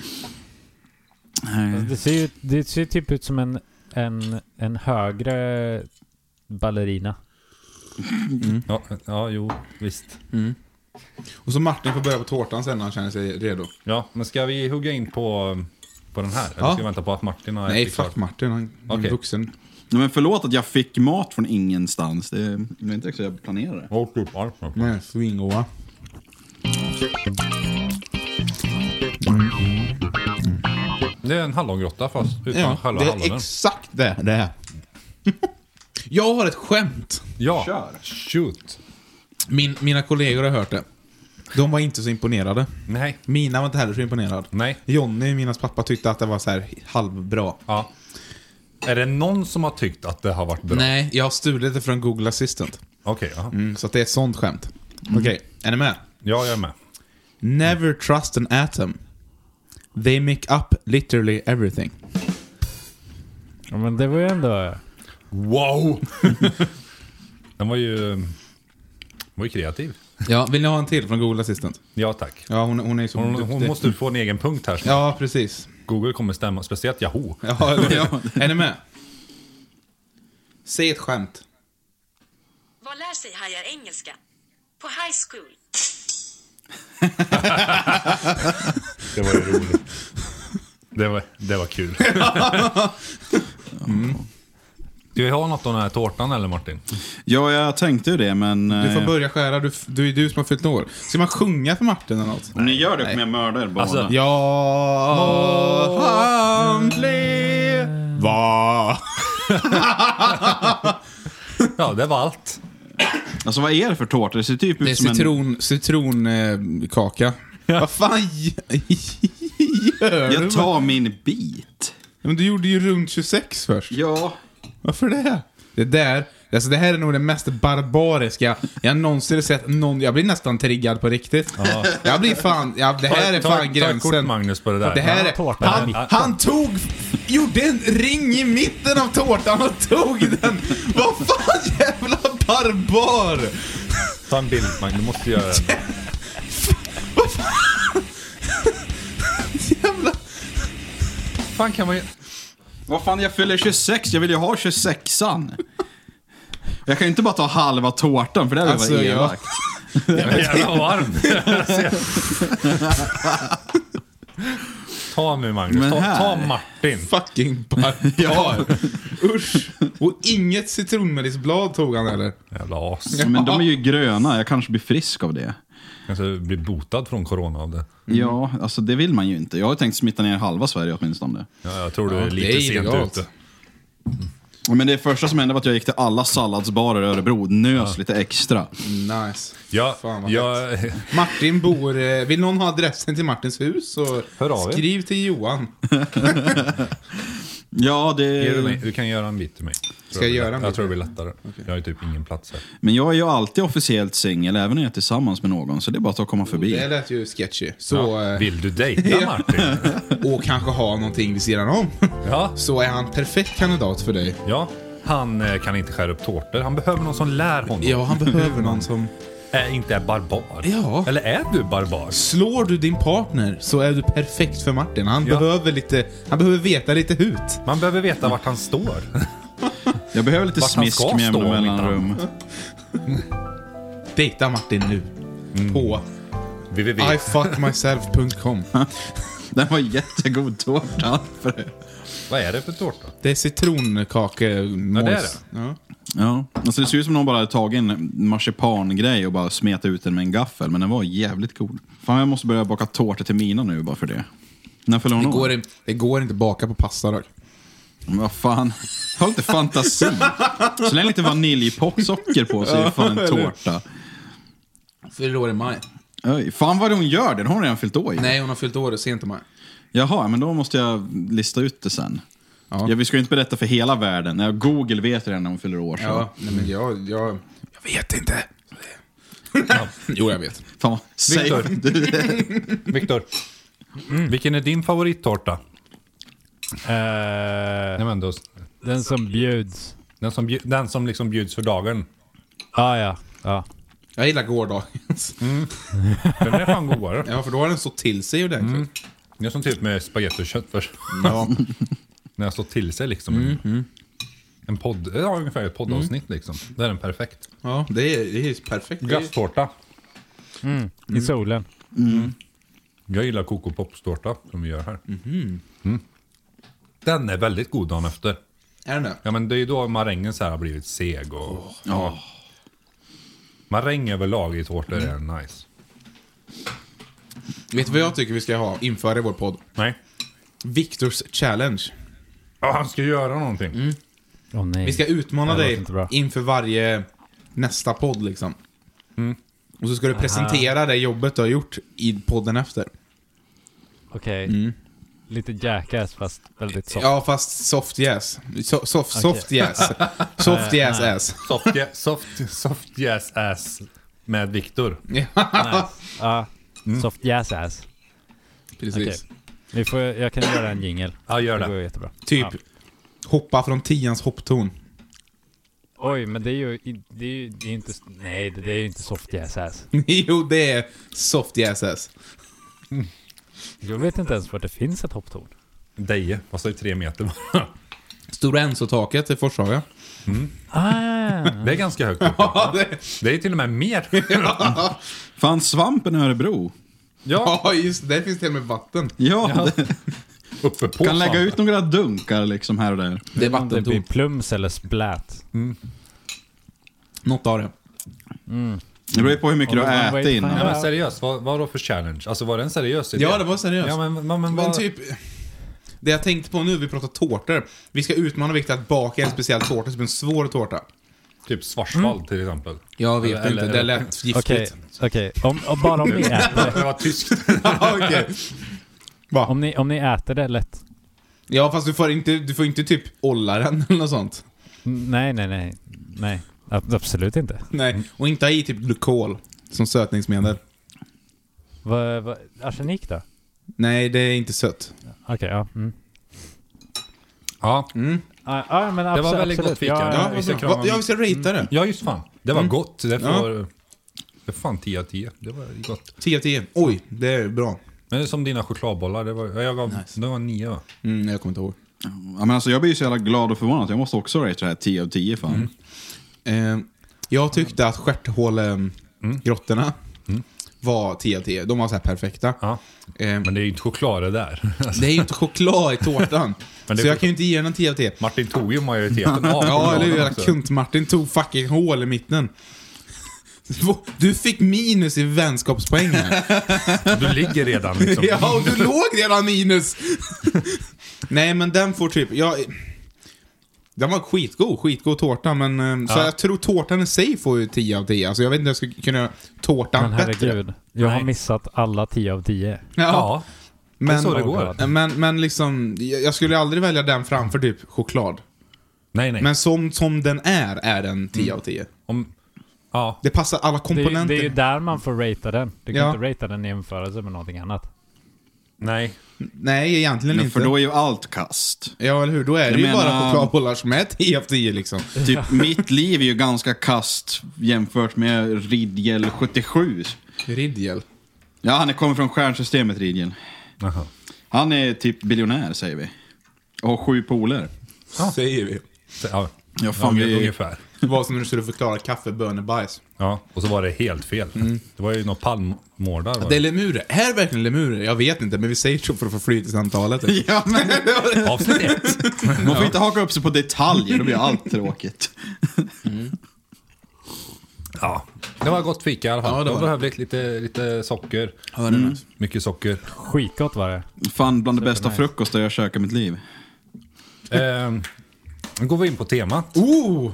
Speaker 4: Alltså, Det ser ju det ser typ ut som en, en, en högre ballerina.
Speaker 2: Ja, ja, jo, visst.
Speaker 1: Och så Martin får börja på tårtan sen när han känner sig redo.
Speaker 2: Ja, men ska vi hugga in på, på den här? Eller
Speaker 1: Ja.
Speaker 2: ska vi vänta på att Martin har
Speaker 1: Nej,
Speaker 2: ätit klart?
Speaker 1: fuck Martin. Han han är
Speaker 2: Okej.
Speaker 1: vuxen.
Speaker 3: Nej, Men förlåt att jag fick mat från ingenstans. Det det var inte exakt så jag planerade.
Speaker 2: Och typ allt.
Speaker 1: Nej, swingoa.
Speaker 2: Det är en hallongrotta fast utan
Speaker 1: Ja,
Speaker 2: själva
Speaker 1: det är
Speaker 2: hallonen.
Speaker 1: exakt det det är. Jag har ett skämt.
Speaker 2: ja, shoot.
Speaker 1: Min, mina kollegor har hört det. De var inte så imponerade.
Speaker 2: Nej,
Speaker 1: Mina var inte heller så imponerad.
Speaker 2: nej.
Speaker 1: Jonny, minas pappa, tyckte att det var så här halvbra.
Speaker 2: Ja. Är det någon som har tyckt att det har varit bra?
Speaker 1: Nej, jag har stulit det från Google Assistant.
Speaker 2: Okej, ja.
Speaker 1: Mm, så att det är ett sånt skämt. Okej, är ni med?
Speaker 2: ja, jag är med.
Speaker 1: Never trust an atom. They make up literally everything.
Speaker 4: Ja, men det var ju ändå...
Speaker 2: Wow! den var ju... var ju kreativ.
Speaker 1: Ja, vill ni ha en till från Google Assistant?
Speaker 2: Ja, tack.
Speaker 1: Ja, hon, hon är ju så
Speaker 2: Hon,
Speaker 1: duktig.
Speaker 2: hon måste få en egen punkt här.
Speaker 1: Ja, precis.
Speaker 2: Google kommer stämma, speciellt Yahoo.
Speaker 1: Ja, eller hur? är ni med? Säg ett skämt.
Speaker 7: Vad lär sig hajar engelska? På high school.
Speaker 2: Det var ju roligt. Det var, det var kul. Mm. Ska vi ha något av den här tårtan eller Martin?
Speaker 3: Ja, jag tänkte ju det, men...
Speaker 1: Du får
Speaker 3: eh,
Speaker 1: börja skära, du, du är du som har fyllt år. Ska man sjunga för Martin eller något?
Speaker 3: Om ni gör det kommer jag mörda er båda.
Speaker 2: Alltså,
Speaker 1: Ja, han blev... Va?
Speaker 2: Ja, det var allt.
Speaker 3: Alltså vad är det för tårta? Det ser typ
Speaker 1: Det är
Speaker 3: ut som en...
Speaker 1: citron, citronkaka. Vad fan g- gör du?
Speaker 3: Jag tar min bit.
Speaker 1: Men du gjorde ju runt 26 först.
Speaker 3: Ja.
Speaker 1: Varför det? Det där, alltså det här är nog det mest barbariska jag någonsin har sett någon, jag blir nästan triggad på riktigt. Jag blir fan, ja, det här är
Speaker 2: Ta-
Speaker 1: fan
Speaker 2: ta, ta ett kort
Speaker 1: gränsen.
Speaker 2: Magnus på det där.
Speaker 1: det här
Speaker 4: Han har
Speaker 1: är,
Speaker 4: tårtan i
Speaker 1: han,
Speaker 4: mitten.
Speaker 1: han tog, gjorde en ring i mitten av tårtan och tog den. Vad fan jävla barbar!
Speaker 2: Ta en bild Magnus, du måste göra det.
Speaker 1: Jävla...
Speaker 2: fan kan man ju...
Speaker 3: Vad fan, jag fyller 26. Jag vill ju ha 26an. Jag kan ju inte bara ta halva tårtan för det hade
Speaker 1: Alltså,
Speaker 3: varit
Speaker 1: ja.
Speaker 3: elakt.
Speaker 2: Jävla varm. ta nu Magnus,
Speaker 3: Men
Speaker 2: ta,
Speaker 3: här-
Speaker 2: ta Martin.
Speaker 1: Fucking barbar. Usch. Och inget citronmelinsblad tog han eller?
Speaker 2: Jävla as.
Speaker 3: Men de är ju gröna. Jag kanske blir frisk av det.
Speaker 2: Kanske Alltså, blir botad från corona av det.
Speaker 1: Mm.
Speaker 3: Ja, alltså det vill man ju inte. Jag har ju tänkt smitta ner halva Sverige åtminstone.
Speaker 2: Ja, jag tror du är lite
Speaker 1: det är
Speaker 2: sent
Speaker 1: illegalt.
Speaker 2: ute.
Speaker 3: Men det första som hände var att jag gick till alla salladsbarer i Örebro. Nös lite extra.
Speaker 1: Nice.
Speaker 2: Ja,
Speaker 1: Fan vad fett.
Speaker 2: jag,
Speaker 1: Martin bor... eh, Vill någon ha adressen till Martins hus så
Speaker 2: Hör av er.
Speaker 1: skriv till Johan.
Speaker 3: Ja,
Speaker 2: Ger du, mig,
Speaker 3: det...
Speaker 2: du kan göra en bit till mig. Tror
Speaker 1: Ska jag
Speaker 2: blir
Speaker 1: göra
Speaker 2: lätt-
Speaker 1: en
Speaker 2: Jag
Speaker 1: bit
Speaker 2: tror det
Speaker 1: till
Speaker 2: blir lättare. Jag har ju typ ingen plats här.
Speaker 3: Men jag är ju alltid officiellt singel, även när jag är tillsammans med någon. Så det är bara att komma
Speaker 1: Det
Speaker 3: förbi.
Speaker 1: lät ju sketchy. Så...
Speaker 2: Ja.
Speaker 1: eh,
Speaker 2: Vill du dejta Martin?
Speaker 1: och kanske ha någonting vid sidan om.
Speaker 2: Ja,
Speaker 1: Så är han perfekt kandidat för dig.
Speaker 2: ja. Han eh, kan inte skära upp tårtor. Han behöver någon som lär honom.
Speaker 1: Ja, han behöver någon som...
Speaker 2: Är inte är barbar.
Speaker 1: Ja.
Speaker 2: Eller är du barbar?
Speaker 1: Slår du din partner så är du perfekt för Martin. Han,
Speaker 2: Ja.
Speaker 1: behöver, lite, han behöver veta lite hut.
Speaker 2: Man behöver veta vart han står.
Speaker 3: Jag behöver lite
Speaker 2: Vart han
Speaker 3: smisk
Speaker 2: ska
Speaker 3: med jämna
Speaker 2: stå, om inte
Speaker 3: mellanrum.
Speaker 1: Dejta Martin nu.
Speaker 2: Mm.
Speaker 1: På
Speaker 2: www.
Speaker 1: ifuckmyself.com.
Speaker 3: Den var jättegod tårta.
Speaker 2: Vad är det för tårta?
Speaker 1: Det är citronkakemojs.
Speaker 2: Ja, det är
Speaker 1: Ja.
Speaker 3: Ja, alltså det ser ut som någon bara hade tagit en marsipangrej och bara smet ut den med en gaffel. Men den var jävligt god. Fan, jag måste börja baka tårta till mina nu bara för det. När fyller hon
Speaker 1: Det, går,
Speaker 3: år?
Speaker 1: in- det går inte att baka på pasta dock.
Speaker 3: Men vad fan. Ha lite fantasi. Så länge lite vaniljpocksocker på så är det fan en tårta.
Speaker 1: Fyller år i maj.
Speaker 3: Oj, fan vad hon gör den. Har hon redan fyllt år ju.
Speaker 1: Nej, hon har fyllt år sent i maj.
Speaker 3: Jaha, men då måste jag lista ut det sen.
Speaker 1: Ja.
Speaker 3: Ja. vi ska ju inte berätta för hela världen. Ja, Google vet redan när hon fyller år. Så.
Speaker 1: Ja, nej, men jag, jag, jag vet inte. jo, jag vet.
Speaker 3: Fan, vad safe
Speaker 2: Victor.
Speaker 3: du är.
Speaker 2: Viktor, Mm. vilken är din favorittårta?
Speaker 4: Eh,
Speaker 2: Nej, men då,
Speaker 4: den som bjuds.
Speaker 2: den, som, bju- den som liksom bjuds för dagen.
Speaker 4: Ah, ja, ja.
Speaker 1: Jag gillar gårdagens.
Speaker 2: Mm. Den är fan godare.
Speaker 1: Ja, för då har den stått till sig ordentligt.
Speaker 2: Mm. Jag som till med spagetti och kött först. När jag står till sig liksom. En podd, ja ungefär ett poddavsnitt liksom. Det är den perfekt.
Speaker 1: Ja, det är, det är perfekt. Det är-
Speaker 2: Glasstårta.
Speaker 1: Mm.
Speaker 4: I solen.
Speaker 2: Jag gillar kokopopstårta som vi gör här. Mm. Den är väldigt god dagen efter.
Speaker 1: Är den det?
Speaker 2: Ja men det är ju då marängen så här har blivit seg och... Ja. Maräng överlag i tårtor är nice.
Speaker 1: Vet du vad jag tycker vi ska ha införa i vår podd?
Speaker 2: Nej.
Speaker 1: Viktors challenge.
Speaker 2: Ja, han ska göra någonting.
Speaker 1: Mm.
Speaker 4: Åh nej.
Speaker 1: Vi ska utmana
Speaker 4: Mm. Det låter
Speaker 1: dig
Speaker 4: inte bra.
Speaker 1: inför varje nästa podd liksom.
Speaker 4: Mm.
Speaker 1: Och så ska du presentera det jobbet du har gjort i podden efter.
Speaker 4: Okej. Lite jackass fast väldigt soft.
Speaker 1: Mm. Ja, fast soft yes. So, soft, soft yes. Soft yes ass.
Speaker 2: Soft, ye- soft, soft yes ass med Viktor.
Speaker 4: Ja. Ah, Soft jazz-ass.
Speaker 1: Mm. Precis.
Speaker 4: Vi får, jag kan göra en jingel.
Speaker 2: Ja, gör
Speaker 4: Det går
Speaker 2: det.
Speaker 4: jättebra.
Speaker 1: Typ,
Speaker 4: Ja.
Speaker 1: hoppa från tians hopptorn.
Speaker 4: Oj, men det är ju i- det är, ju- det är inte... Nej, det, det är ju inte soft jazz-ass.
Speaker 1: jo, det är soft yes ass.
Speaker 4: Jag vet inte ens var det finns ett hopptorn.
Speaker 2: Deje, vad sa ju tre meter
Speaker 1: Mm.
Speaker 2: bara.
Speaker 1: Stora Enso-taket i Forshaga.
Speaker 4: Ah,
Speaker 2: Det är ganska högt upp.
Speaker 1: Ja, det...
Speaker 2: Det är till och med mer.
Speaker 3: Fan, svampen i Örebro.
Speaker 2: Ja,
Speaker 1: ja, just det. Där finns till och med vatten.
Speaker 3: Ja, det-
Speaker 2: uppe på.
Speaker 3: kan lägga
Speaker 2: fan.
Speaker 3: ut några dunkar liksom här och där.
Speaker 1: Det är
Speaker 4: om det blir
Speaker 1: vattentorn.
Speaker 4: plums eller splat.
Speaker 1: Något av det.
Speaker 3: Det beror ju på hur mycket du
Speaker 4: Ja,
Speaker 3: har
Speaker 4: men-
Speaker 3: ätit
Speaker 2: Nej
Speaker 3: innan.
Speaker 2: men seriöst, vad, vad då för challenge? Alltså var det en seriös idé?
Speaker 1: Ja, det var seriöst.
Speaker 2: Ja men, men, men,
Speaker 1: Men
Speaker 2: vad-
Speaker 1: typ... Det jag tänkte på nu, vi pratar tårtor. Vi ska utmana Viktor att baka en speciell tårta, typ en svår tårta.
Speaker 2: typ Svartsvall till exempel.
Speaker 1: Jag vet
Speaker 2: Eller-
Speaker 1: inte,
Speaker 2: eller-
Speaker 1: det lät
Speaker 4: Okej,
Speaker 1: giftigt.
Speaker 4: okej. Om, om, bara om ni äter
Speaker 2: Det var tyskt.
Speaker 1: Ja, okej. Va?
Speaker 4: om ni, om ni äter det lätt.
Speaker 1: Ja, fast du får inte, du får inte typ olla den eller något sånt.
Speaker 4: Mm, Nej, nej, nej. Nej, ab- absolut inte.
Speaker 1: Nej, och inte ha i typ glukol som sötningsmedel.
Speaker 4: Vad, vad, arsenik då?
Speaker 1: Nej, det är inte sött.
Speaker 4: Okej, ja. Mm.
Speaker 2: Ja,
Speaker 4: Ja, ja, men
Speaker 2: det
Speaker 4: abso-
Speaker 2: var väldigt
Speaker 4: absolut.
Speaker 2: gott fika.
Speaker 4: Ja,
Speaker 1: Ja,
Speaker 4: ja,
Speaker 1: vi
Speaker 2: vi
Speaker 1: ska
Speaker 2: ska
Speaker 1: Va,
Speaker 2: krama- Mm.
Speaker 1: ja, vi ska ratea det.
Speaker 2: ja just fan. Det
Speaker 1: Mm.
Speaker 2: var gott. Det får... Det var fan 10 av 10. Det var gott.
Speaker 1: 10 av 10. Oj, det är bra.
Speaker 2: Men det är som dina chokladbollar. Det var, jag gav, det var 9 va?
Speaker 1: Mm, jag kommer inte ihåg.
Speaker 3: Ja, men alltså, jag blir ju så jävla glad och förvånad. Jag måste också rate det här 10 av 10 fan.
Speaker 1: Mm. Eh, jag tyckte att stjärthålegrottorna var 10 av 10. De var så här perfekta.
Speaker 2: Ja.
Speaker 1: Eh,
Speaker 2: Men det är ju inte choklad det där. Alltså,
Speaker 1: det är ju inte choklad i tårtan.
Speaker 2: Men det är
Speaker 1: så jag
Speaker 2: choklad.
Speaker 1: kan ju inte ge den en 10 av 10.
Speaker 2: Martin tog ju majoriteten av
Speaker 1: Ja, eller hur?
Speaker 2: chokladen
Speaker 1: Jävla
Speaker 2: också.
Speaker 1: Kunt-Martin tog fucking hål i mitten. Du fick minus i vänskapspoäng här.
Speaker 2: Du ligger redan liksom.
Speaker 1: Ja, och du låg redan minus. Nej, men den får typ... Jag, den var skitgod, skitgod tårta, men... eh, Så
Speaker 2: Ja.
Speaker 1: jag tror tårtan i sig får ju 10 av 10. Alltså jag vet inte om jag skulle kunna göra tårtan
Speaker 4: men
Speaker 1: bättre.
Speaker 4: herregud. Jag har
Speaker 2: Nej.
Speaker 4: missat alla 10 av 10.
Speaker 2: Ja, det är
Speaker 1: men,
Speaker 2: så det
Speaker 4: Oh
Speaker 2: går.
Speaker 4: God.
Speaker 1: men, men liksom, jag jag skulle aldrig välja den framför typ choklad.
Speaker 2: Nej, nej.
Speaker 1: Men som, som den är, är den 10 av 10.
Speaker 2: Om, ja,
Speaker 1: Det passar alla
Speaker 4: Det är, ju-
Speaker 1: komponenter.
Speaker 4: det är ju där man får ratea den. Du kan
Speaker 1: Ja.
Speaker 4: inte ratea den i jämförelse med någonting annat.
Speaker 2: nej.
Speaker 1: Nej, egentligen
Speaker 3: Men
Speaker 1: inte.
Speaker 3: för då är ju allt kast.
Speaker 1: Ja, eller hur? Då är det ju
Speaker 3: menar-
Speaker 1: bara chokladbollar som är 10 av 10 liksom.
Speaker 3: Typ, mitt liv är ju ganska kast jämfört med Ridgel 77.
Speaker 1: Ridgel.
Speaker 3: Ja, han är- kommer från stjärnsystemet Ridgel.
Speaker 2: Jaha.
Speaker 3: Han är typ biljonär säger vi. Och har sju poler.
Speaker 1: Säger vi.
Speaker 2: Så- Ja,
Speaker 3: Ja, fan,
Speaker 2: ja,
Speaker 3: vi-
Speaker 2: ungefär.
Speaker 1: Det var som när du skulle förklara kaffe, bönor, bajs.
Speaker 2: Ja, och så var det helt fel. Det var ju någon palmmordar. var
Speaker 1: Mm. Det är
Speaker 2: det.
Speaker 1: lemurer. Är det verkligen lemurer? Jag vet inte, men vi säger så för att få flyt i samtalet.
Speaker 3: Ja, men
Speaker 2: Avsnitt ett.
Speaker 3: man får inte haka upp sig på detaljer, då blir allt tråkigt.
Speaker 2: Ja. Det var gott fika i alla fall.
Speaker 1: Ja, det
Speaker 2: det
Speaker 1: var
Speaker 2: var
Speaker 1: det.
Speaker 2: behövligt lite, lite socker.
Speaker 1: Mm.
Speaker 2: Mycket socker.
Speaker 4: Skitgott var det.
Speaker 3: Fan, bland det bästa frukoster jag käkat i mitt liv.
Speaker 2: Ehm, Nu går vi in på temat.
Speaker 1: Oh!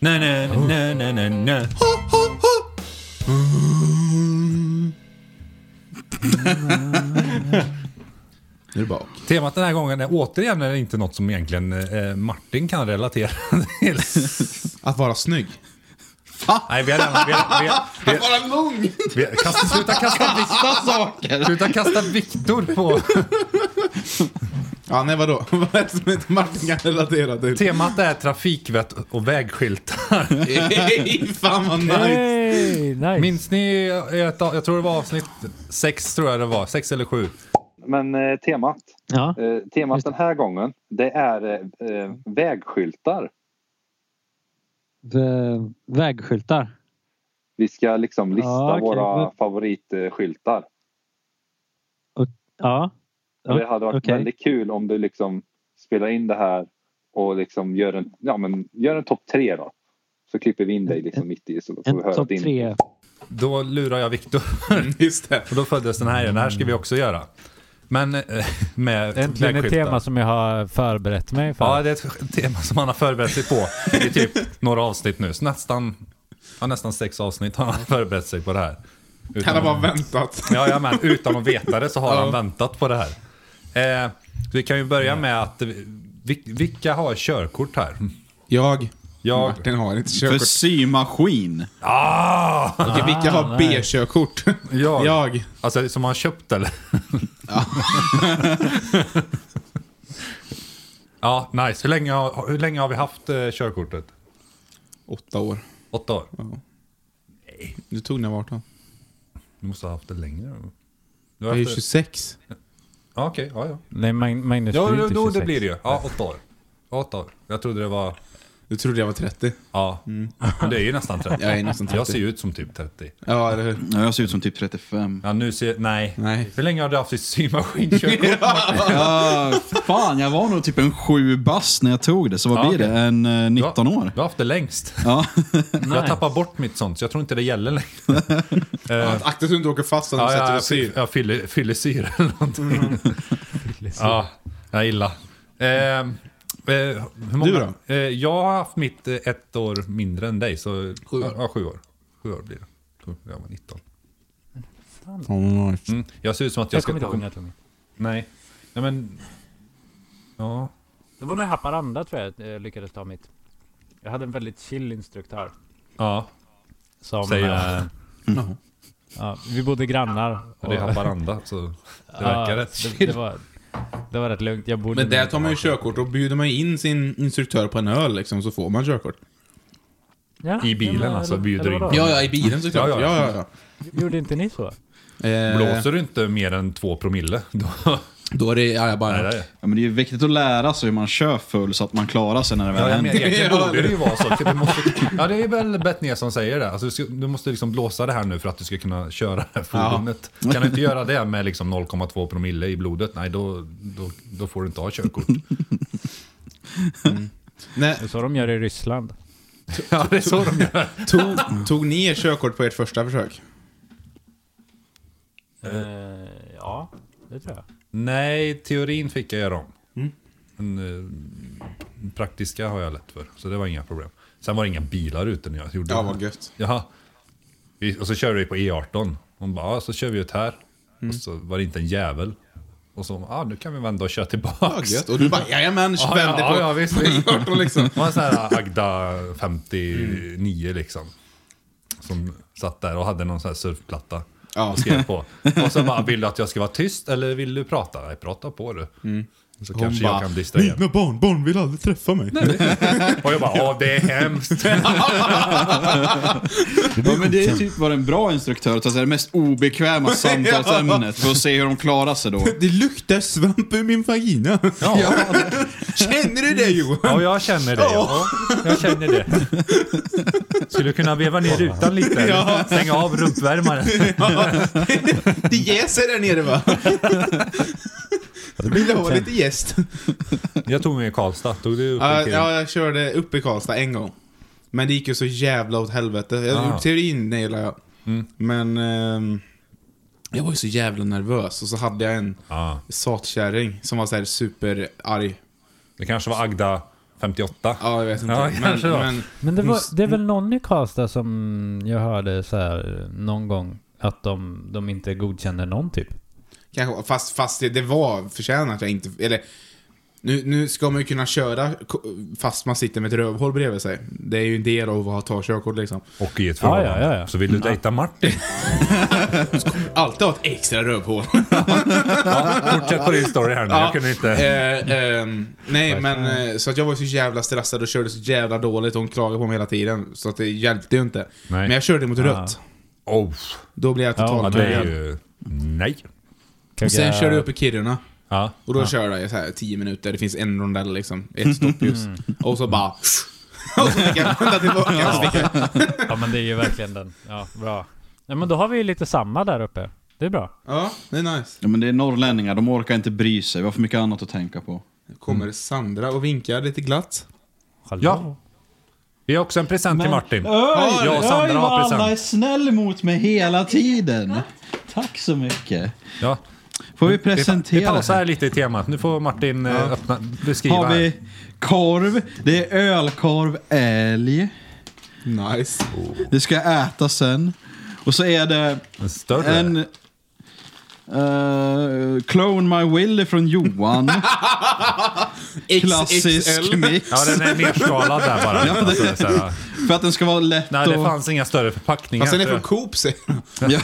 Speaker 2: Nej, nej, nej, nej, nej, nej.
Speaker 1: Nu är det bak.
Speaker 2: Temat den här gången är återigen är det inte något som egentligen eh, Martin kan relatera till.
Speaker 1: Att vara snygg.
Speaker 2: Nej, vi har redan... Vi har, vi har, vi har,
Speaker 1: Vara lång!
Speaker 2: vi har, kasta, sluta kasta Viktor! Sluta kasta Viktor på...
Speaker 1: Ja, nej vadå? Vad är det som inte Martin kan relatera till?
Speaker 2: Temat är trafikvett och vägskyltar.
Speaker 1: Hey, fan vad nice!
Speaker 4: Hey, nice.
Speaker 2: Minns ni, ett, av- jag tror det var avsnitt sex tror jag det var, sex eller sju.
Speaker 8: Men eh, temat,
Speaker 4: ja.
Speaker 8: eh, temat den här gången det är eh, eh, vägskyltar.
Speaker 9: V- vägskyltar.
Speaker 8: Vi ska liksom lista
Speaker 9: Ja, okej.
Speaker 8: våra favoritskyltar.
Speaker 9: Ja.
Speaker 8: Och det hade varit
Speaker 9: okej.
Speaker 8: väldigt kul om du liksom spelar in det här och liksom gör en, ja, men gör en topp tre då. Så klipper vi in dig liksom mitt i så får vi
Speaker 9: En
Speaker 8: höra
Speaker 9: topp
Speaker 8: din.
Speaker 9: tre.
Speaker 2: Då lurar jag Viktor
Speaker 1: Just det.
Speaker 2: och då föddes den här igen. Mm, Det här ska vi också göra. Men eh, med
Speaker 4: Äntligen ett
Speaker 2: vägskyltar.
Speaker 4: tema som jag har förberett mig för.
Speaker 2: Ja, det är ett tema som han har förberett sig på i typ några avsnitt nu. Så nästan, ja, nästan sex avsnitt har han förberett sig på det här.
Speaker 1: Han
Speaker 2: Utan,
Speaker 1: har bara väntat.
Speaker 2: ja, ja, men, utan att veta det så har han
Speaker 1: Ja.
Speaker 2: väntat på det här. Eh, vi kan ju börja med att vi, vilka har körkort här?
Speaker 1: Jag.
Speaker 2: Jag.
Speaker 1: Martin har inte
Speaker 3: För
Speaker 1: körkort.
Speaker 3: symaskin.
Speaker 2: Ah!
Speaker 1: Okej, vilka har B-körkort?
Speaker 2: Jag.
Speaker 1: Jag.
Speaker 2: Alltså som han köpt eller? Ja. ja, nice. Hur länge, har, hur länge har vi haft eh, körkortet?
Speaker 1: Åtta år.
Speaker 2: Åtta år?
Speaker 1: Du tog när jag var 18.
Speaker 2: Du måste ha haft det längre. Du
Speaker 1: Jag
Speaker 2: har
Speaker 1: är ju
Speaker 2: haft det-
Speaker 1: 26.
Speaker 2: Ja, okej. Ja, ja.
Speaker 4: Nej, Mag- Magnus,
Speaker 2: Ja,
Speaker 4: du är
Speaker 2: då,
Speaker 4: inte
Speaker 2: då
Speaker 4: 26.
Speaker 2: det blir det ju. Ja, åtta år. Ja, Åtta år. Jag trodde det var...
Speaker 1: Du trodde jag var 30.
Speaker 2: Ja, Mm. Men det är ju nästan 30.
Speaker 1: Jag är nästan 30.
Speaker 2: Jag ser ju ut som typ 30.
Speaker 1: Ja, eller hur?
Speaker 3: Ja, jag ser ut som typ 35.
Speaker 2: Ja, nu ser... Nej.
Speaker 1: Nej.
Speaker 2: Hur länge har du haft ditt symaskinkörkort?
Speaker 3: Ja, Ah, fan, jag var nog typ en sju bast när jag tog det. Så vad
Speaker 2: Ja,
Speaker 3: blir det?
Speaker 2: okej.
Speaker 3: En eh, 19
Speaker 2: Ja,
Speaker 3: år?
Speaker 2: Du har haft det längst.
Speaker 3: Ja.
Speaker 2: Jag tappar bort mitt sånt, så jag tror inte det gäller längre.
Speaker 1: Akta så du inte åker fast när du
Speaker 2: Eh. Ja,
Speaker 1: sätter
Speaker 2: ja,
Speaker 1: och syr. Mm.
Speaker 2: jag fyller, fyller syr eller någonting. ja, jag gillar. Eh, eh, hur många?
Speaker 1: Du då?
Speaker 2: Eh, jag har haft mitt eh, ett år mindre än dig, så sju år. Ja, sju år. Sju år blir det. Då Jag var 19. Mm. Jag ser ut som att jag,
Speaker 4: Jag
Speaker 2: ska...
Speaker 4: kommer inte ihåg när jag tog min.
Speaker 2: Nej. Nej men... Ja.
Speaker 4: Det var nog i Haparanda tror jag att jag lyckades ta mitt. Jag hade en väldigt chill instruktör.
Speaker 2: Ja,
Speaker 4: Som,
Speaker 2: Säger jag.
Speaker 4: eh, ja, vi bodde grannar.
Speaker 2: det är Haparanda så det verkar rätt
Speaker 4: det,
Speaker 2: chill.
Speaker 4: det, var, det var rätt lugnt. Jag bodde
Speaker 1: Men där
Speaker 4: med-
Speaker 1: tar man ju körkort och bjuder man in sin instruktör på en öl liksom, så får man körkort.
Speaker 4: Ja,
Speaker 2: I bilen
Speaker 4: ja, men-
Speaker 2: alltså,
Speaker 4: eller-
Speaker 2: bjuder
Speaker 4: eller
Speaker 2: in.
Speaker 4: vadå?
Speaker 1: Ja, ja, i bilen såklart.
Speaker 2: Ja,
Speaker 1: Ja,
Speaker 2: ja.
Speaker 1: ja, ja.
Speaker 4: Gjorde inte ni så?
Speaker 1: Eh,
Speaker 2: Blåser du inte mer än två promille, då...
Speaker 1: Då är det, ja, jag
Speaker 2: Nej,
Speaker 1: bara...
Speaker 2: det är...
Speaker 3: Ja, men det är ju viktigt att lära sig hur man kör full så att man klarar sig när det
Speaker 2: Ja,
Speaker 3: väl
Speaker 2: jag menar,
Speaker 3: händer.
Speaker 2: egentligen borde det ju vara så. Typ, vi måste, ja, det är väl Bettner som säger det. Alltså, du, ska, du måste liksom blåsa det här nu för att du ska kunna köra det här fordonet. Kan du inte göra det med liksom 0,2 promille i blodet, nej då, då, då får du inte ha körkort.
Speaker 1: Nej,
Speaker 4: Det är så de gör i Ryssland.
Speaker 2: ja, det är så de gör.
Speaker 1: tog, tog ni er körkort på ert första försök?
Speaker 4: Eh, ja, det tror jag.
Speaker 2: Nej, teorin fick jag göra om. Men, eh, praktiska har jag lätt för, så det var inga problem. Sen var det inga bilar ute när jag gjorde
Speaker 1: Ja,
Speaker 2: det.
Speaker 1: vad gött.
Speaker 2: Jaha. Vi, och så körde vi på E18. Hon bara, ja, så kör vi ut här. Och så var det inte en jävel. Och så, ja, ah, nu kan vi vända och köra
Speaker 1: Ja,
Speaker 2: tillbaks.
Speaker 1: gött. Och du bara, jajamän,
Speaker 2: Ja,
Speaker 1: vänder
Speaker 2: ja,
Speaker 1: på.
Speaker 2: ja, visst.
Speaker 1: Och liksom.
Speaker 2: Det var en sån här ah, Agda 59 liksom. Som satt där och hade någon sån här surfplatta.
Speaker 1: Ja.
Speaker 2: Och skrev på. Och så bara, vill du att jag ska vara tyst eller vill du prata? Nej, prata på du. Så kanske jag
Speaker 1: Mm. bara,
Speaker 2: kan distrahera.
Speaker 1: barn, barn vill aldrig träffa mig.
Speaker 2: Och jag bara, ja det är hemskt.
Speaker 3: Ja, men det är typ bara en bra instruktör att ta sig det mest obekväma samtalsämnet för att se hur de klarar sig då.
Speaker 1: Det luktar svamp ur min vagina.
Speaker 2: Ja,
Speaker 1: Känner du det Johan?
Speaker 2: ja jag känner det. Ja. Jag känner det. Skulle du kunna veva ner rutan lite? eller?
Speaker 1: Ja.
Speaker 2: Stänga av rumpvärmaren.
Speaker 1: Det jäser där nere va? Vill du ha lite jäst?
Speaker 2: Jag tog mig i Karlstad. Tog du upp
Speaker 1: Ja,
Speaker 2: en kille?
Speaker 1: ja, jag körde upp i Karlstad en gång. Men det gick ju så jävla åt helvete. Jag,
Speaker 2: Ah.
Speaker 1: teorin gillar jag.
Speaker 2: Mm.
Speaker 1: Men ehm, jag var ju så jävla nervös och så hade jag en
Speaker 2: Ja.
Speaker 1: satkärring som var så här superarg.
Speaker 2: Det kanske var Agda 58.
Speaker 1: Ja, jag vet inte.
Speaker 2: Ja,
Speaker 1: men,
Speaker 2: kanske det var.
Speaker 1: men,
Speaker 4: Men det, var, det är väl någon i Karlstad som jag hörde så här någon gång att de, de inte godkänner någon typ.
Speaker 1: kanske, fast, fast det, det var förtjänat att jag inte... Eller, nu, nu ska man ju kunna köra ko- fast man sitter med ett rövhål bredvid sig. Det är ju en del av att ta körkort liksom.
Speaker 2: Och i ett
Speaker 4: Ja, ja,
Speaker 2: förhållande.
Speaker 4: ja, ja.
Speaker 2: Så vill du
Speaker 1: Mm.
Speaker 2: dejta Martin?
Speaker 1: Alltid ha ett extra rövhål.
Speaker 2: Fortsätt på din story här nu. Jag kunde inte...
Speaker 1: Eh, ehm, nej, men eh, så att jag var så jävla stressad och körde så jävla dåligt. och Hon klagade på mig hela tiden. Så att det hjälpte ju inte. Men jag körde mot rött.
Speaker 2: Oh,
Speaker 1: Då blev jag
Speaker 2: ja,
Speaker 1: totalt
Speaker 2: det är
Speaker 1: mördad.
Speaker 2: ju... Nej.
Speaker 1: Och Sen körde jag upp i Kiruna.
Speaker 2: Ja.
Speaker 1: Och då körde jag så här 10 minuter, det finns en rondell liksom. Ett stoppljus.
Speaker 2: Mm.
Speaker 1: Och så bara... Och så fick jag vända tillbaka. och så fick jag-
Speaker 4: Ja men det är ju verkligen den. Ja, bra. Ja men då har vi ju lite samma där uppe. Det är bra.
Speaker 1: Ja, det är nice.
Speaker 3: Ja, men det är norrlänningar, de orkar inte bry sig. Vi har för mycket annat att tänka på.
Speaker 1: Nu kommer
Speaker 2: Mm.
Speaker 1: Sandra och vinkar lite glatt.
Speaker 4: Hallå.
Speaker 2: Ja. Vi har också en present till Martin.
Speaker 3: Oj,
Speaker 2: jag och Sandra
Speaker 3: oj,
Speaker 2: har
Speaker 3: vad alla
Speaker 2: present.
Speaker 3: är snäll mot mig hela tiden. Tack så mycket.
Speaker 2: Ja.
Speaker 3: Får vi
Speaker 2: Vi, vi
Speaker 3: presentera?
Speaker 2: pausar här lite i temat. Nu får Martin eh, öppna, beskriva.
Speaker 3: Har
Speaker 2: här.
Speaker 3: vi korv, det är ölkorv, älg.
Speaker 1: Nice.
Speaker 2: Oh,
Speaker 3: Det ska jag äta sen. Och så är det
Speaker 2: En större.
Speaker 3: en... eh, clone My Willy från Johan. Klassisk mix.
Speaker 2: Ja, den är nedskalad där bara.
Speaker 3: Ja, det-
Speaker 2: alltså, så här.
Speaker 3: För att den ska vara lätt
Speaker 2: Nej, det
Speaker 3: och-
Speaker 2: fanns inga större förpackningar.
Speaker 1: Fast den är
Speaker 2: tror
Speaker 1: från
Speaker 2: jag.
Speaker 1: Coop säger jag.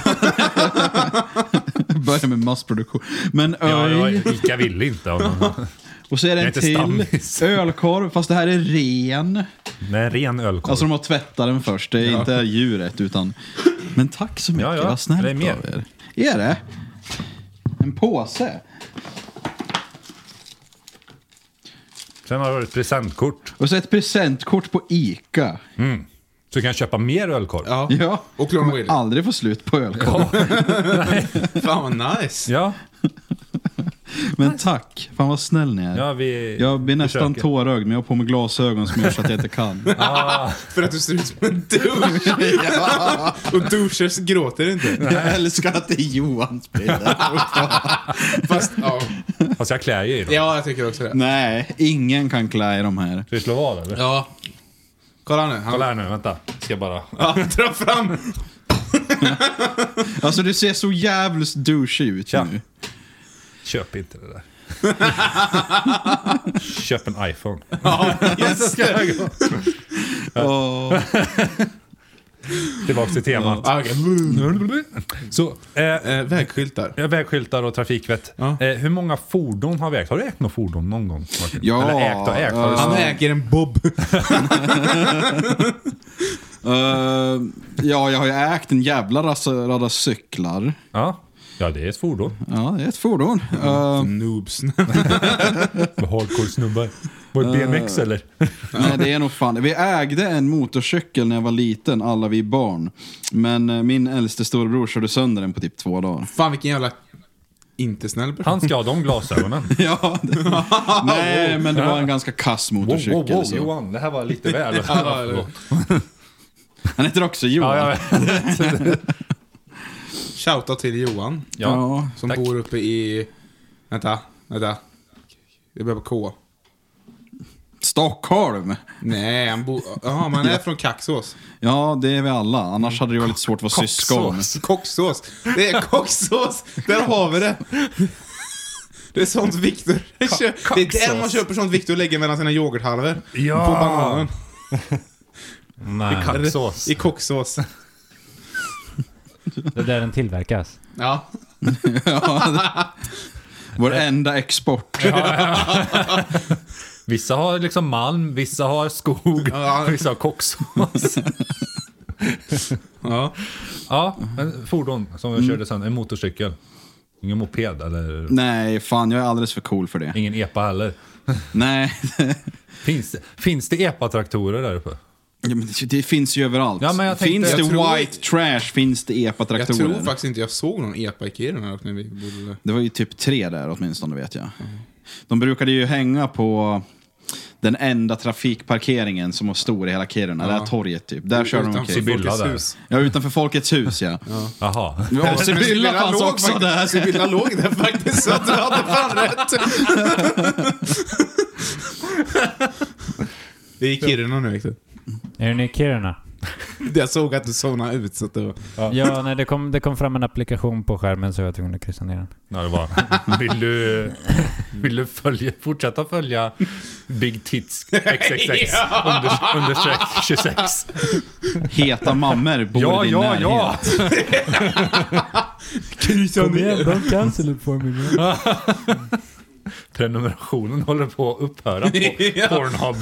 Speaker 3: Börja med massproduktion. Men
Speaker 2: Ja, det
Speaker 3: öj.
Speaker 2: var Ica ville inte. av någon-
Speaker 3: Och så är det
Speaker 2: Jag är
Speaker 3: en
Speaker 2: inte
Speaker 3: till.
Speaker 2: stammis.
Speaker 3: Ölkorv, fast det här är ren.
Speaker 2: Nej, en ren ölkorv.
Speaker 3: Alltså de har tvättat den först. Det är inte djuret utan... Men tack så mycket,
Speaker 2: Ja, ja.
Speaker 3: vad snällt
Speaker 2: Det är mer.
Speaker 3: av er. Är det? En påse?
Speaker 2: Sen har du ett presentkort.
Speaker 3: Och så ett presentkort på Ica.
Speaker 2: Så du kan köpa mer ölkorv.
Speaker 1: Ja.
Speaker 3: Ja.
Speaker 1: Och Clone Willy.
Speaker 3: Aldrig få slut på ölkorv.
Speaker 1: Fan vad nice.
Speaker 2: Ja,
Speaker 3: Men tack, fan vad snäll ni är.
Speaker 2: ja vi
Speaker 3: Jag blir nästan
Speaker 2: försöker.
Speaker 3: tårögd men jag har på mig glasögon som gör så att jag inte kan.
Speaker 1: För att du ser ut som en douche. Och douchers gråter inte.
Speaker 3: jag älskar att det är Johans bilder.
Speaker 1: Fast, ja.
Speaker 2: Fast jag klär ju i dem.
Speaker 1: ja, jag tycker också det.
Speaker 3: Nej, ingen kan klä i de här.
Speaker 2: Ska vi slå vad eller?
Speaker 1: Ja. Kolla nu. Han
Speaker 2: Kolla här nu, vänta. Ska bara...
Speaker 1: ja, dra fram.
Speaker 3: Alltså du ser så jävligt douchey ut
Speaker 2: Tja.
Speaker 3: nu.
Speaker 2: Köp inte det där. Köp en iPhone.
Speaker 3: Yes. Åh.
Speaker 2: Tillbaks till temat.
Speaker 1: Ah, okej.
Speaker 2: Så, eh,
Speaker 1: Eh, vägskyltar.
Speaker 2: Ja, Vägskyltar och trafikvett.
Speaker 1: Ja.
Speaker 2: Eh, hur många fordon har vi ägt? Har du ägt något fordon någon gång? Martin?
Speaker 3: Ja,
Speaker 2: Eller ägt och ägt? Har du-
Speaker 1: Han äger en bob.
Speaker 3: Eh, ja, jag har ju ägt en jävla rassa- radda cyklar.
Speaker 2: ja. ja, det är ett fordon.
Speaker 3: Ja, det är ett fordon.
Speaker 2: Mm.
Speaker 3: Eh,
Speaker 1: Noobs.
Speaker 2: Med Hardcore snubbar. Var det BMX eller?
Speaker 3: nej, det är nog fan. Vi ägde en motorcykel när jag var liten, alla vi barn. Men eh, min äldste storebror körde sönder den på typ två dagar.
Speaker 1: Fan vilken jävla inte snäll person.
Speaker 2: Han ska ha de glasögonen.
Speaker 3: Ja, det, nej, men det var en ganska kass
Speaker 2: Wow,
Speaker 3: motorcykel.
Speaker 2: wow, wow,
Speaker 3: så.
Speaker 2: Johan, det här var lite väl.
Speaker 1: Ja, eller-
Speaker 3: Han heter också Johan.
Speaker 2: ja, ja,
Speaker 1: Shoutout till Johan.
Speaker 2: ja.
Speaker 1: Som
Speaker 2: Tack.
Speaker 1: bor uppe i... Vänta, vänta. Det börjar på K.
Speaker 3: Stockholm!
Speaker 1: Nej, han bor... Jaha, men han är från Kaxås.
Speaker 3: Ja, det är vi alla.
Speaker 2: Mm.
Speaker 3: Annars hade det varit lite svårt att vara syskon.
Speaker 1: Kocksås. Det är kocksås. Där har vi det. Det är sånt Viktor...
Speaker 2: Ka-
Speaker 1: Det är där man
Speaker 2: kaxås.
Speaker 1: köper sånt Viktor lägger mellan sina yoghurthalvor.
Speaker 2: Ja.
Speaker 1: På bananen.
Speaker 2: Nej. Kaxås.
Speaker 1: I kocksås.
Speaker 4: Det är där den tillverkas.
Speaker 1: Ja.
Speaker 3: Vår enda export.
Speaker 2: Vissa har liksom malm, vissa har skog,
Speaker 1: Ja.
Speaker 2: vissa har koksås.
Speaker 1: ja.
Speaker 2: Ja, en fordon som jag körde sen. En motorcykel. Ingen moped eller
Speaker 3: Nej, fan jag är alldeles för cool för det.
Speaker 2: ingen epa heller.
Speaker 3: Nej,
Speaker 2: Finns, finns det epatraktorer där uppe?
Speaker 3: ja, men det- det finns ju överallt.
Speaker 2: Ja, men jag tänkte-
Speaker 3: finns det
Speaker 1: jag tror-
Speaker 3: white trash finns det
Speaker 1: Jag tror
Speaker 3: epatraktorer.
Speaker 1: faktiskt inte jag såg någon epa i Kiruna när vi bodde där.
Speaker 3: Det var ju typ tre där åtminstone vet jag. De brukade ju hänga på den enda trafikparkeringen som var stor i hela Kiruna. Det här torget typ. Där kör de
Speaker 1: Utanför
Speaker 3: omkring.
Speaker 2: Sibylla
Speaker 1: Folkets
Speaker 2: där.
Speaker 1: hus.
Speaker 3: Ja, utanför Folkets hus ja.
Speaker 2: Jaha.
Speaker 3: ja Sibylla fanns
Speaker 1: låg
Speaker 3: också
Speaker 1: faktiskt-
Speaker 3: där.
Speaker 1: Sibylla låg där faktiskt, så att du hade fan rätt. Det är i Kiruna nu, Victor.
Speaker 4: Är den i Kiruna?
Speaker 1: Jag såg att du zonade ut, så att det var...
Speaker 4: Ja, nej, det kom, det kom fram en applikation på skärmen så jag var tvungen att kryssa ner den.
Speaker 2: Ja, det var. Vill du, vill du följa, fortsätta följa Big Tits XXX under, understreck 26?
Speaker 3: Heta mammor bor
Speaker 2: Ja,
Speaker 3: i din
Speaker 2: ja,
Speaker 3: närhet.
Speaker 2: ja.
Speaker 1: Knyta
Speaker 4: don't cancel it for me.
Speaker 2: Prenumerationen håller på att upphöra på Pornhub.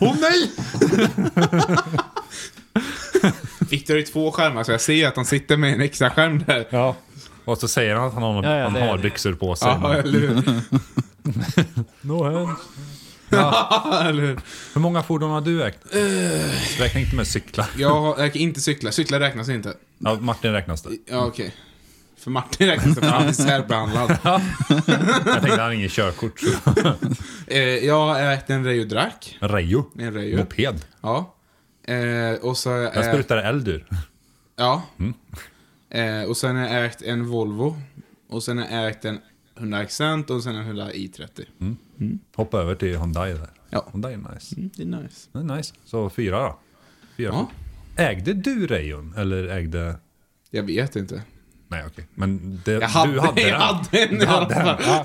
Speaker 1: Åh nej! Victor har ju två skärmar, så jag ser ju att han sitter med en extra skärm där.
Speaker 2: Ja. Och så säger han att han har,
Speaker 4: Ja, ja,
Speaker 2: han
Speaker 4: det är
Speaker 2: har
Speaker 4: det.
Speaker 2: byxor på sig.
Speaker 1: Ja, eller hur?
Speaker 4: No hands.
Speaker 1: eller hur?
Speaker 2: Hur många fordon har du ägt? Räkna inte med cyklar.
Speaker 1: Jag har- jag kan inte cykla. Cykla räknas inte.
Speaker 2: Ja, Martin räknas det.
Speaker 1: Ja, okej. För Martin räknas det, för han är särbehandlad.
Speaker 2: Jag tänkte han har ingen körkort. så-
Speaker 1: Eh, jag har ägt en Rejo Drack.
Speaker 2: Rejo.
Speaker 1: En Rejo.
Speaker 2: Moped.
Speaker 1: Ja. Eh, och så... har jag
Speaker 2: Jag
Speaker 1: ägt-
Speaker 2: sprutade eld ur.
Speaker 1: Ja. Eh, och sen har jag ägt en Volvo. Och sen har jag ägt en Honda Accent och sen en Honda i30.
Speaker 2: Hoppa över till Hyundai där.
Speaker 1: Ja.
Speaker 2: Hyundai är nice.
Speaker 3: Det är nice.
Speaker 2: Det är nice. Så fyra då. Fyra.
Speaker 1: Ja.
Speaker 2: Ägde du Rejon? Eller ägde...
Speaker 1: Jag vet inte.
Speaker 2: Nej okej. Men det,
Speaker 1: Jag hade,
Speaker 2: du hade
Speaker 1: jag
Speaker 2: den.
Speaker 1: hade en i
Speaker 2: Du
Speaker 1: alla
Speaker 2: hade
Speaker 1: fall.
Speaker 2: den.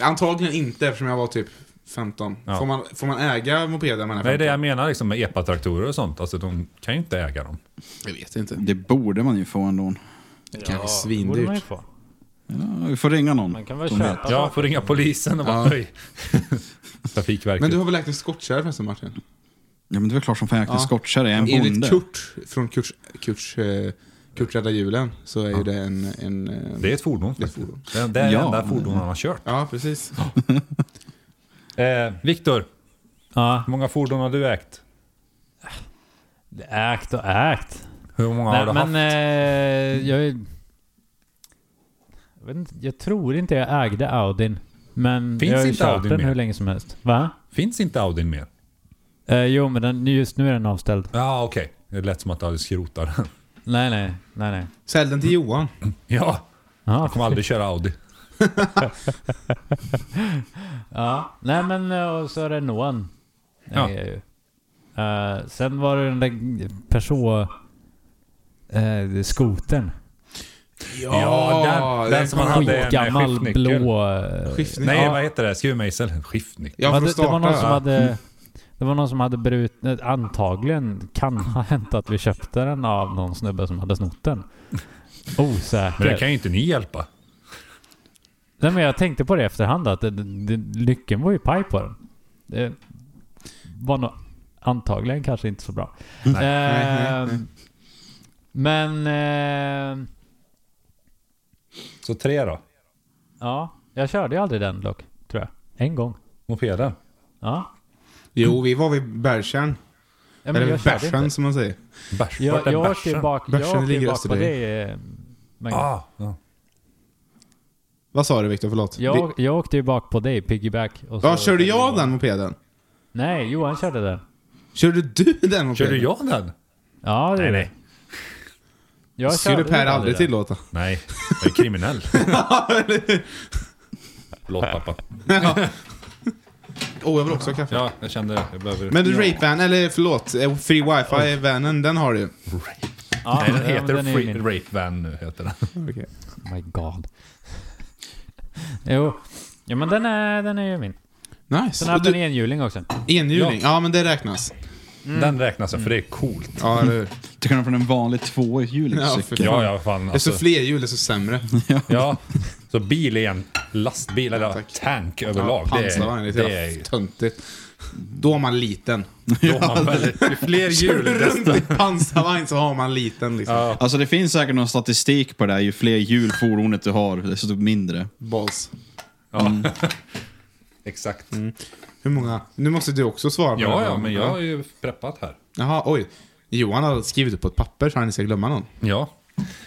Speaker 1: Antagligen inte eftersom jag var typ 15.
Speaker 2: Ja.
Speaker 1: Får, man, får man äga mopeder när man är 15?
Speaker 2: Det är det jag menar liksom med epatraktorer och sånt. Alltså de kan ju inte äga dem.
Speaker 1: jag vet inte.
Speaker 3: Det borde man ju få ändå.
Speaker 1: Kanske
Speaker 4: borde man ju
Speaker 1: svindyrt.
Speaker 4: få.
Speaker 3: Ja, vi får ringa någon.
Speaker 4: Man kan väl
Speaker 3: Som
Speaker 4: köpa.
Speaker 3: vet.
Speaker 2: Jag får ringa polisen och bara
Speaker 1: Ja.
Speaker 2: "Oj." Trafikverket.
Speaker 1: Men du har väl ägt en skottkärra förresten Martin?
Speaker 3: Ja, men det är väl klart som fan jag kan
Speaker 1: Ja.
Speaker 3: skottkärra. Jag är en
Speaker 1: Enligt
Speaker 3: bonde.
Speaker 1: Kurt från Kurts, Kurts, eh, Kurt räddar julen så är ju det en... en eh,
Speaker 2: Det är ett fordon. Det är,
Speaker 1: ett fordon.
Speaker 2: det, är det
Speaker 3: Ja.
Speaker 2: enda fordon han har kört.
Speaker 1: Ja, precis.
Speaker 2: Eh, Viktor,
Speaker 4: Ja,
Speaker 2: hur många fordon har du ägt?
Speaker 4: ägt och ägt.
Speaker 2: Hur många har du
Speaker 4: nej,
Speaker 2: haft?
Speaker 4: men eh, jag... är- Jag, vet inte, jag tror inte jag ägde Audin. Men
Speaker 2: Finns
Speaker 4: jag har ju
Speaker 2: inte
Speaker 4: kört
Speaker 2: Audin
Speaker 4: den
Speaker 2: mer?
Speaker 4: hur länge som helst. Va?
Speaker 2: Finns inte Audin mer?
Speaker 4: Eh, jo, men den, just nu är den avställd.
Speaker 2: Ja, okej. Det lät som att du skrotar den.
Speaker 4: Nej, nej, nej, nej.
Speaker 1: Sälj den till Johan.
Speaker 2: ja,
Speaker 4: Ja,
Speaker 2: jag kommer aldrig köra Audi.
Speaker 4: Ja, nej men eh, och så Renaulten.
Speaker 2: Ja.
Speaker 4: Ja. Jag ju. Eh, sen var det den där Peugeot uh, skotern.
Speaker 1: Ja,
Speaker 2: den- den som man hade. en, eh,
Speaker 4: Skitgammal
Speaker 2: skiftnyckel.
Speaker 4: blå... eh,
Speaker 1: Skiftnyckel.
Speaker 2: Nej,
Speaker 4: ja,
Speaker 2: vad heter det? Skruvmejsel? Skiftnyckel?
Speaker 1: Ja, Mm.
Speaker 4: ja,
Speaker 1: för att
Speaker 4: det, det var någon
Speaker 1: starta.
Speaker 4: som hade... Det var någon som hade brutit... Antagligen kan ha hänt att vi köpte den av någon snubbe som hade snott den. Osäker.
Speaker 2: Men det kan ju inte ni hjälpa.
Speaker 4: Nej men jag tänkte på det i efterhand att det, det, det, lycken var ju paj på den. Det var nog antagligen kanske inte så bra. Ehm, Men... ehm,
Speaker 2: Så tre då?
Speaker 4: ja, jag körde ju aldrig den dock, tror jag. En gång.
Speaker 2: Mopeden?
Speaker 4: Ja.
Speaker 1: Jo, vi var vid Bergtjärn.
Speaker 4: ja men
Speaker 1: Eller
Speaker 4: jag körde
Speaker 1: Bärsen
Speaker 4: inte.
Speaker 1: som man säger.
Speaker 2: Bärs? Vart
Speaker 4: Jag,
Speaker 2: är
Speaker 4: jag åkte ju
Speaker 2: bärsen?
Speaker 4: bak, jag
Speaker 1: Bärsen
Speaker 4: åkte ju
Speaker 1: ligger i
Speaker 4: bak på
Speaker 1: Österbybruk.
Speaker 4: dig. eh, Men,
Speaker 2: Ah, ja.
Speaker 1: Vad sa du Viktor? Förlåt.
Speaker 4: jag, jag åkte ju bak på dig, piggyback. Och så-
Speaker 1: Ja, körde jag den mopeden?
Speaker 4: Nej, Johan körde den.
Speaker 1: Körde du den mopeden?
Speaker 2: Körde jag den?
Speaker 4: Ja, det
Speaker 2: Nej, nej.
Speaker 4: Jag
Speaker 1: Skulle
Speaker 4: körde
Speaker 1: Per
Speaker 4: den
Speaker 1: aldrig
Speaker 4: den.
Speaker 1: tillåta.
Speaker 2: Nej, jag är kriminell. Förlåt pappa.
Speaker 1: Åh, oh, jag vill också ha kaffe.
Speaker 2: Ja, jag kände det. Jag behöver...
Speaker 1: Men du, rape van, eller förlåt, eh, free wifi-vanen, den har du ju.
Speaker 4: Ja,
Speaker 2: Nej, den
Speaker 4: ja, Ah, men
Speaker 2: heter
Speaker 4: är ju
Speaker 2: Free
Speaker 4: min.
Speaker 2: Rape Van nu. Heter den.
Speaker 4: Oh my god. jo. Ja men den är, den är ju min. Sen
Speaker 1: Nice. Och
Speaker 4: hade den
Speaker 1: Du,
Speaker 4: enhjuling också.
Speaker 1: enhjuling, ja. men det räknas.
Speaker 2: den räknas för det är coolt.
Speaker 1: Ja, eller
Speaker 2: Mm.
Speaker 1: hur?
Speaker 3: Till skillnad från en vanlig tvåhjulig
Speaker 1: Ja,
Speaker 3: cykel.
Speaker 1: för-
Speaker 2: Ja, ja, fan.
Speaker 1: Desto
Speaker 2: Alltså,
Speaker 1: fler hjul, desto sämre.
Speaker 2: ja. Så bil är en lastbil, eller
Speaker 1: tack.
Speaker 2: tank
Speaker 1: Ja,
Speaker 2: överlag. det
Speaker 1: Pansarvagn,
Speaker 2: är,
Speaker 1: det
Speaker 2: det är ju...
Speaker 1: är töntigt. Då har man liten.
Speaker 2: Då har man väldigt, ju fler
Speaker 1: Kör
Speaker 2: hjul,
Speaker 1: du
Speaker 2: desto...
Speaker 1: runt i pansarvagn så har man liten liksom.
Speaker 3: Alltså det finns säkert någon statistik på det här. Ju fler hjul fordonet du har, desto mindre.
Speaker 1: Balls.
Speaker 2: Exakt.
Speaker 1: Hur många? Nu måste du också svara på
Speaker 2: Ja,
Speaker 1: det.
Speaker 2: ja, men jag har ju preppat här.
Speaker 1: Jaha, oj. Johan har skrivit upp på ett papper så han inte ska glömma någon.
Speaker 2: Ja.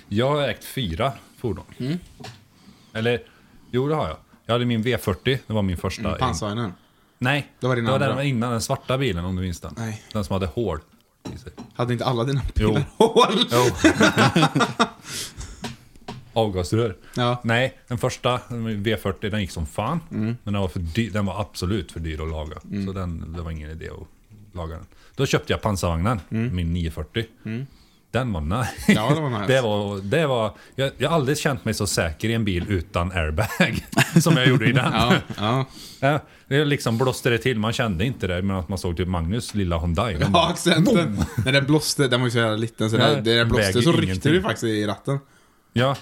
Speaker 2: Jag har ägt fyra fordon. Eller, jo det har jag. Jag hade min V40, det var min första.
Speaker 1: Mm, Pansarvagnen.
Speaker 2: Nej,
Speaker 1: Det var din
Speaker 2: det var
Speaker 1: andra.
Speaker 2: den innan, den svarta bilen om du minns den.
Speaker 1: Nej.
Speaker 2: Den som hade hål i sig.
Speaker 1: Hade inte alla dina
Speaker 2: Jo.
Speaker 1: piller hål?
Speaker 2: Jo. Avgasrör.
Speaker 1: Ja. Mm.
Speaker 2: Nej, den första den var ju V40 den gick som fan. Men den var, för dyr, den var absolut för dyr att laga. Så den, det var ingen idé att laga den. Då köpte jag pansarvagnen, min 940. Den var nice.
Speaker 1: Mm. Ja, det var nice.
Speaker 2: Det var, det var, jag, jag har aldrig känt mig så säker i en bil utan airbag som jag gjorde i den.
Speaker 1: Ja, ja.
Speaker 2: Ja, det liksom blåste det till, man kände inte det, men att man såg typ Magnus lilla Hyundai. Man
Speaker 1: ja
Speaker 2: bara,
Speaker 1: accenten. När den blåste, den var ju så jävla liten så när
Speaker 2: Ja,
Speaker 1: den blåste
Speaker 2: väger
Speaker 1: så ryckte
Speaker 2: ingenting.
Speaker 1: du faktiskt i ratten.
Speaker 2: ja.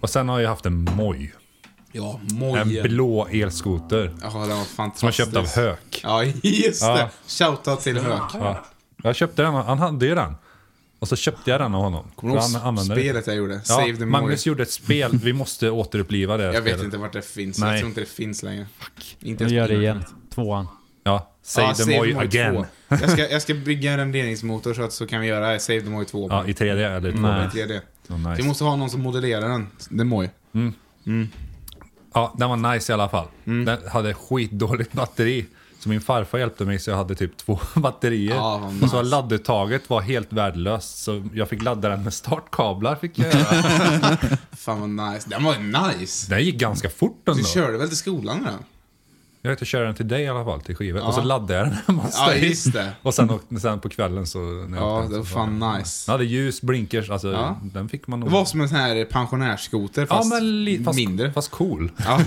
Speaker 2: Och sen har jag haft en Moj.
Speaker 1: Ja,
Speaker 2: En
Speaker 1: mojen.
Speaker 2: blå elskoter.
Speaker 1: Ja, den var fantastisk.
Speaker 2: Som jag köpte av Höök.
Speaker 1: Ja, just det.
Speaker 2: Ja.
Speaker 1: Shoutout till Höök.
Speaker 2: Ja. Jag köpte den, han hade ju den. Och så köpte jag den av honom.
Speaker 1: Kommer
Speaker 2: För
Speaker 1: du
Speaker 2: han
Speaker 1: ihåg
Speaker 2: använde den.
Speaker 1: spelet jag gjorde?
Speaker 2: Ja,
Speaker 1: Save the Mori.
Speaker 2: Magnus gjorde ett spel, vi måste återuppliva det här
Speaker 1: Jag vet
Speaker 2: spelet.
Speaker 1: inte vart det finns. Jag
Speaker 2: Nej.
Speaker 1: tror inte det finns längre. Fuck. Inte ens
Speaker 4: Jag gör
Speaker 1: på
Speaker 4: det igen.
Speaker 1: internet.
Speaker 4: Tvåan.
Speaker 2: Ja, Save
Speaker 1: Ja,
Speaker 2: the Moj
Speaker 1: Mori
Speaker 2: again.
Speaker 1: 2. Jag ska, jag ska bygga en renderingsmotor så att så kan vi göra Save the Mori 2.
Speaker 2: Ja, i 3D eller 2D.
Speaker 1: i 3D.
Speaker 2: Så
Speaker 1: Så
Speaker 2: nice.
Speaker 1: Vi måste ha någon som modellerar den. The Moj.
Speaker 2: Ja, den var nice i alla fall.
Speaker 1: Mm.
Speaker 2: Den hade skitdåligt batteri. Så min farfar hjälpte mig så jag hade typ två batterier.
Speaker 1: Ja, vad
Speaker 2: och
Speaker 1: nice.
Speaker 2: så ladduttaget var helt värdelöst. Så jag fick ladda den med startkablar. Fick jag göra.
Speaker 1: Fan vad nice. Den var nice.
Speaker 2: den gick ganska fort ändå.
Speaker 1: Du körde väl till skolan med den?
Speaker 2: Jag vet att köra den till dig i alla fall, till skivet. Och så laddade jag den hemma hos
Speaker 1: Ja,
Speaker 2: dig.
Speaker 1: just det.
Speaker 2: Och sen, åkte- sen på kvällen så... När jag
Speaker 1: Ja,
Speaker 2: åkte hem
Speaker 1: det var
Speaker 2: så
Speaker 1: fan nice.
Speaker 2: Den hade ljus, blinkers, alltså
Speaker 1: Ja.
Speaker 2: den fick man nog...
Speaker 1: Det var som en sån här pensionärsskoter
Speaker 2: ja,
Speaker 1: fast,
Speaker 2: men li- fast,
Speaker 1: mindre.
Speaker 2: Fast cool.
Speaker 1: Ja.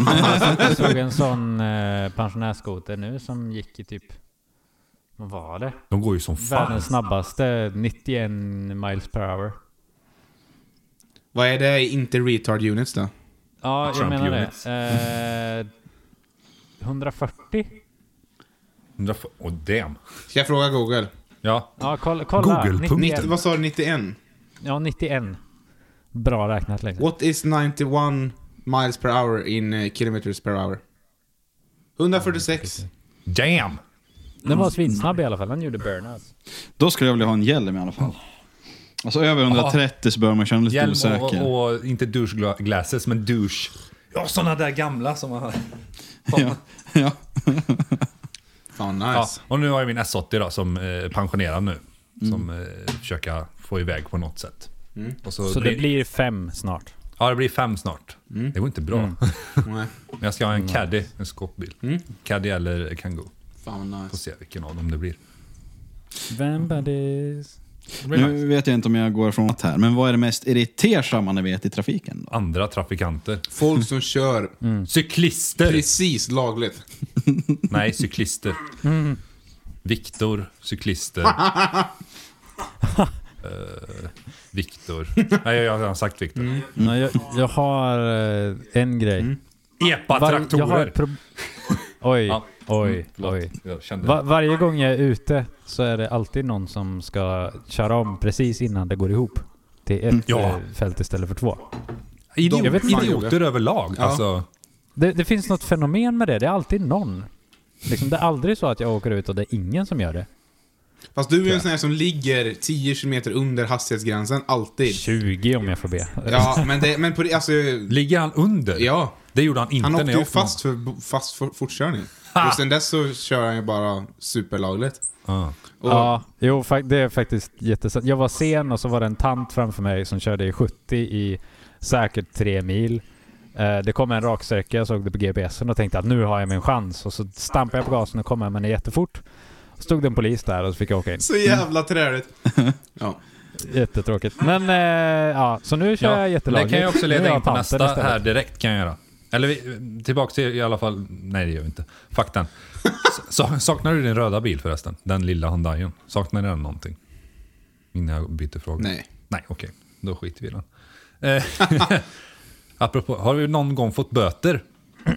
Speaker 4: Jag såg en sån eh, pensionärsskoter nu som gick i typ... Vad var det?
Speaker 2: De går ju som fan.
Speaker 4: Världens snabbaste 91 miles per hour.
Speaker 1: Vad är det? Inte retard units då?
Speaker 4: Ja, jag
Speaker 2: Trump
Speaker 4: menar
Speaker 2: units.
Speaker 4: det. Eh, 140?
Speaker 2: Och damn.
Speaker 1: Ska jag fråga Google?
Speaker 2: Ja,
Speaker 4: Ja, kolla. kolla.
Speaker 2: Google-punkt.
Speaker 4: 91.
Speaker 1: Vad sa du? 91?
Speaker 4: Ja, 91. Bra räknat liksom. Linus.
Speaker 1: What is 91 miles per hour in eh, kilometers per hour? 146.
Speaker 2: damn!
Speaker 4: Den var svinsnabb i alla fall. Den gjorde burnouts.
Speaker 3: Då skulle jag vilja ha en hjälm i alla fall. Alltså över 130 så börjar man känna lite
Speaker 2: Hjälm
Speaker 3: osäker.
Speaker 2: och, och inte doucheglasses, men douche. Ja, sådana där gamla som man hade.
Speaker 3: Ja, ja.
Speaker 1: Fan
Speaker 2: Ja,
Speaker 1: nice.
Speaker 2: och nu har jag min S80 då, som är pensionerad nu. Som eh, försöker få iväg på något sätt. Och
Speaker 4: Så det blir fem snart.
Speaker 2: Ja, det blir fem snart. Det går inte bra.
Speaker 1: Nej.
Speaker 2: Men jag ska ha en Caddy, en skåpbil. Caddy eller Kangoo.
Speaker 1: Fan vad
Speaker 2: Får
Speaker 1: nice.
Speaker 2: se vilken av dem det blir.
Speaker 4: Vampires.
Speaker 2: Det blir nice.
Speaker 3: Nu vet jag inte om jag går från att här, men vad är det mest irritersamma ni vet i trafiken? Då?
Speaker 2: Andra trafikanter.
Speaker 1: Folk som kör
Speaker 2: Mm. Cyklister!
Speaker 1: precis lagligt.
Speaker 2: Nej, cyklister. Viktor, cyklister. Eh, Viktor. Nej, jag har redan sagt Viktor.
Speaker 4: Ja, jag, jag har eh, en grej.
Speaker 2: Mm.
Speaker 4: Var- jag har
Speaker 2: Epa-traktorer.
Speaker 4: ett prob- oj,
Speaker 2: Ja. Mm,
Speaker 4: oj,
Speaker 2: Förlåt,
Speaker 4: oj.
Speaker 2: Jag kände
Speaker 4: Va- varje gång jag är ute så är det alltid någon som ska köra om precis innan det går ihop. Till ett
Speaker 2: Ja.
Speaker 4: eh, fält istället för två.
Speaker 2: Idiot,
Speaker 4: Jag vet inte.
Speaker 2: idioter överlag. Alltså,
Speaker 4: Det, det finns något fenomen med det. Det är alltid någon. Liksom, det är aldrig så att jag åker ut och det är ingen som gör det.
Speaker 1: Fast du är en sån här som ligger 10 km under hastighetsgränsen, alltid.
Speaker 4: 20 om jag får be.
Speaker 1: Ja, men, det, men på det, alltså...
Speaker 2: ligger han under?
Speaker 1: Ja.
Speaker 2: Det gjorde han inte
Speaker 1: Han åkte
Speaker 2: när jag
Speaker 1: ju
Speaker 2: åkte.
Speaker 1: fast för, fast för fortkörning.
Speaker 2: Ha!
Speaker 1: Och sen dess så kör han ju bara superlagligt.
Speaker 2: Ja.
Speaker 1: Och,
Speaker 4: Ja, jo, fa- det är faktiskt jättesant. Jag var sen och så var det en tant framför mig som körde i 70 i säkert tre mil. Eh, Det kom en raksträcka, jag såg det på GPSen och tänkte att nu har jag min chans. Och så stampade jag på gasen och kom med henne jättefort. Så stod det en polis där och så fick jag åka in.
Speaker 1: Så jävla träligt. Ja.
Speaker 4: Jättetråkigt. Men eh, ja, så nu kör jag jättelagligt.
Speaker 2: Det kan jag också
Speaker 4: Nu är
Speaker 2: leda
Speaker 4: jag
Speaker 2: in på
Speaker 4: tanten
Speaker 2: nästa
Speaker 4: istället.
Speaker 2: här direkt kan jag göra. Eller vi- tillbaka till i alla fall, nej det gör vi inte. Faktan. Sa- Saknar du din röda bil förresten? Den lilla Hyundaien. Saknar du den någonting? Innan jag byter fråga.
Speaker 1: Nej.
Speaker 2: Nej, okej. Då skiter vi i den. Eh, Apropå, har du någon gång fått böter?
Speaker 4: Ja,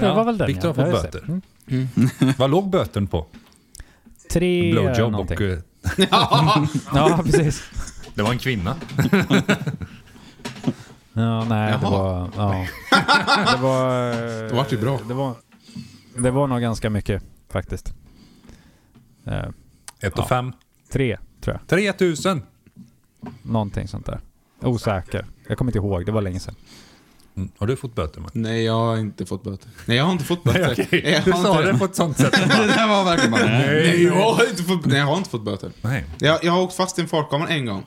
Speaker 4: det
Speaker 2: Ja,
Speaker 4: var väl den
Speaker 2: Victor har
Speaker 4: ja.
Speaker 2: fått
Speaker 4: Ja, just det. Mm.
Speaker 2: böter. Vad låg böten på?
Speaker 4: Tre
Speaker 2: Blowjob
Speaker 4: någonting.
Speaker 2: och... eh,
Speaker 4: Ja, precis.
Speaker 2: Det var en kvinna.
Speaker 4: Ja, nej, det var... Ja. Det var... eh,
Speaker 1: Det vart ju bra.
Speaker 4: Det var, det var nog ganska mycket faktiskt. Eh,
Speaker 2: Ett och fem.
Speaker 4: tre, tror jag.
Speaker 2: 3000!
Speaker 4: Någonting sånt där. Osäker. Jag kommer inte ihåg, det var länge sedan.
Speaker 2: Mm. Har du fått böter Mark?
Speaker 1: Nej, jag har inte fått böter. Nej, jag har inte fått böter. jag
Speaker 2: Du
Speaker 1: har
Speaker 2: sa
Speaker 1: inte
Speaker 2: det på ett sånt sätt.
Speaker 3: det där var verkligen bara...
Speaker 1: Nej, jag har inte fått, nej, jag har inte fått böter.
Speaker 2: Nej,
Speaker 1: Jag, jag har åkt fast i en fartkamera en gång.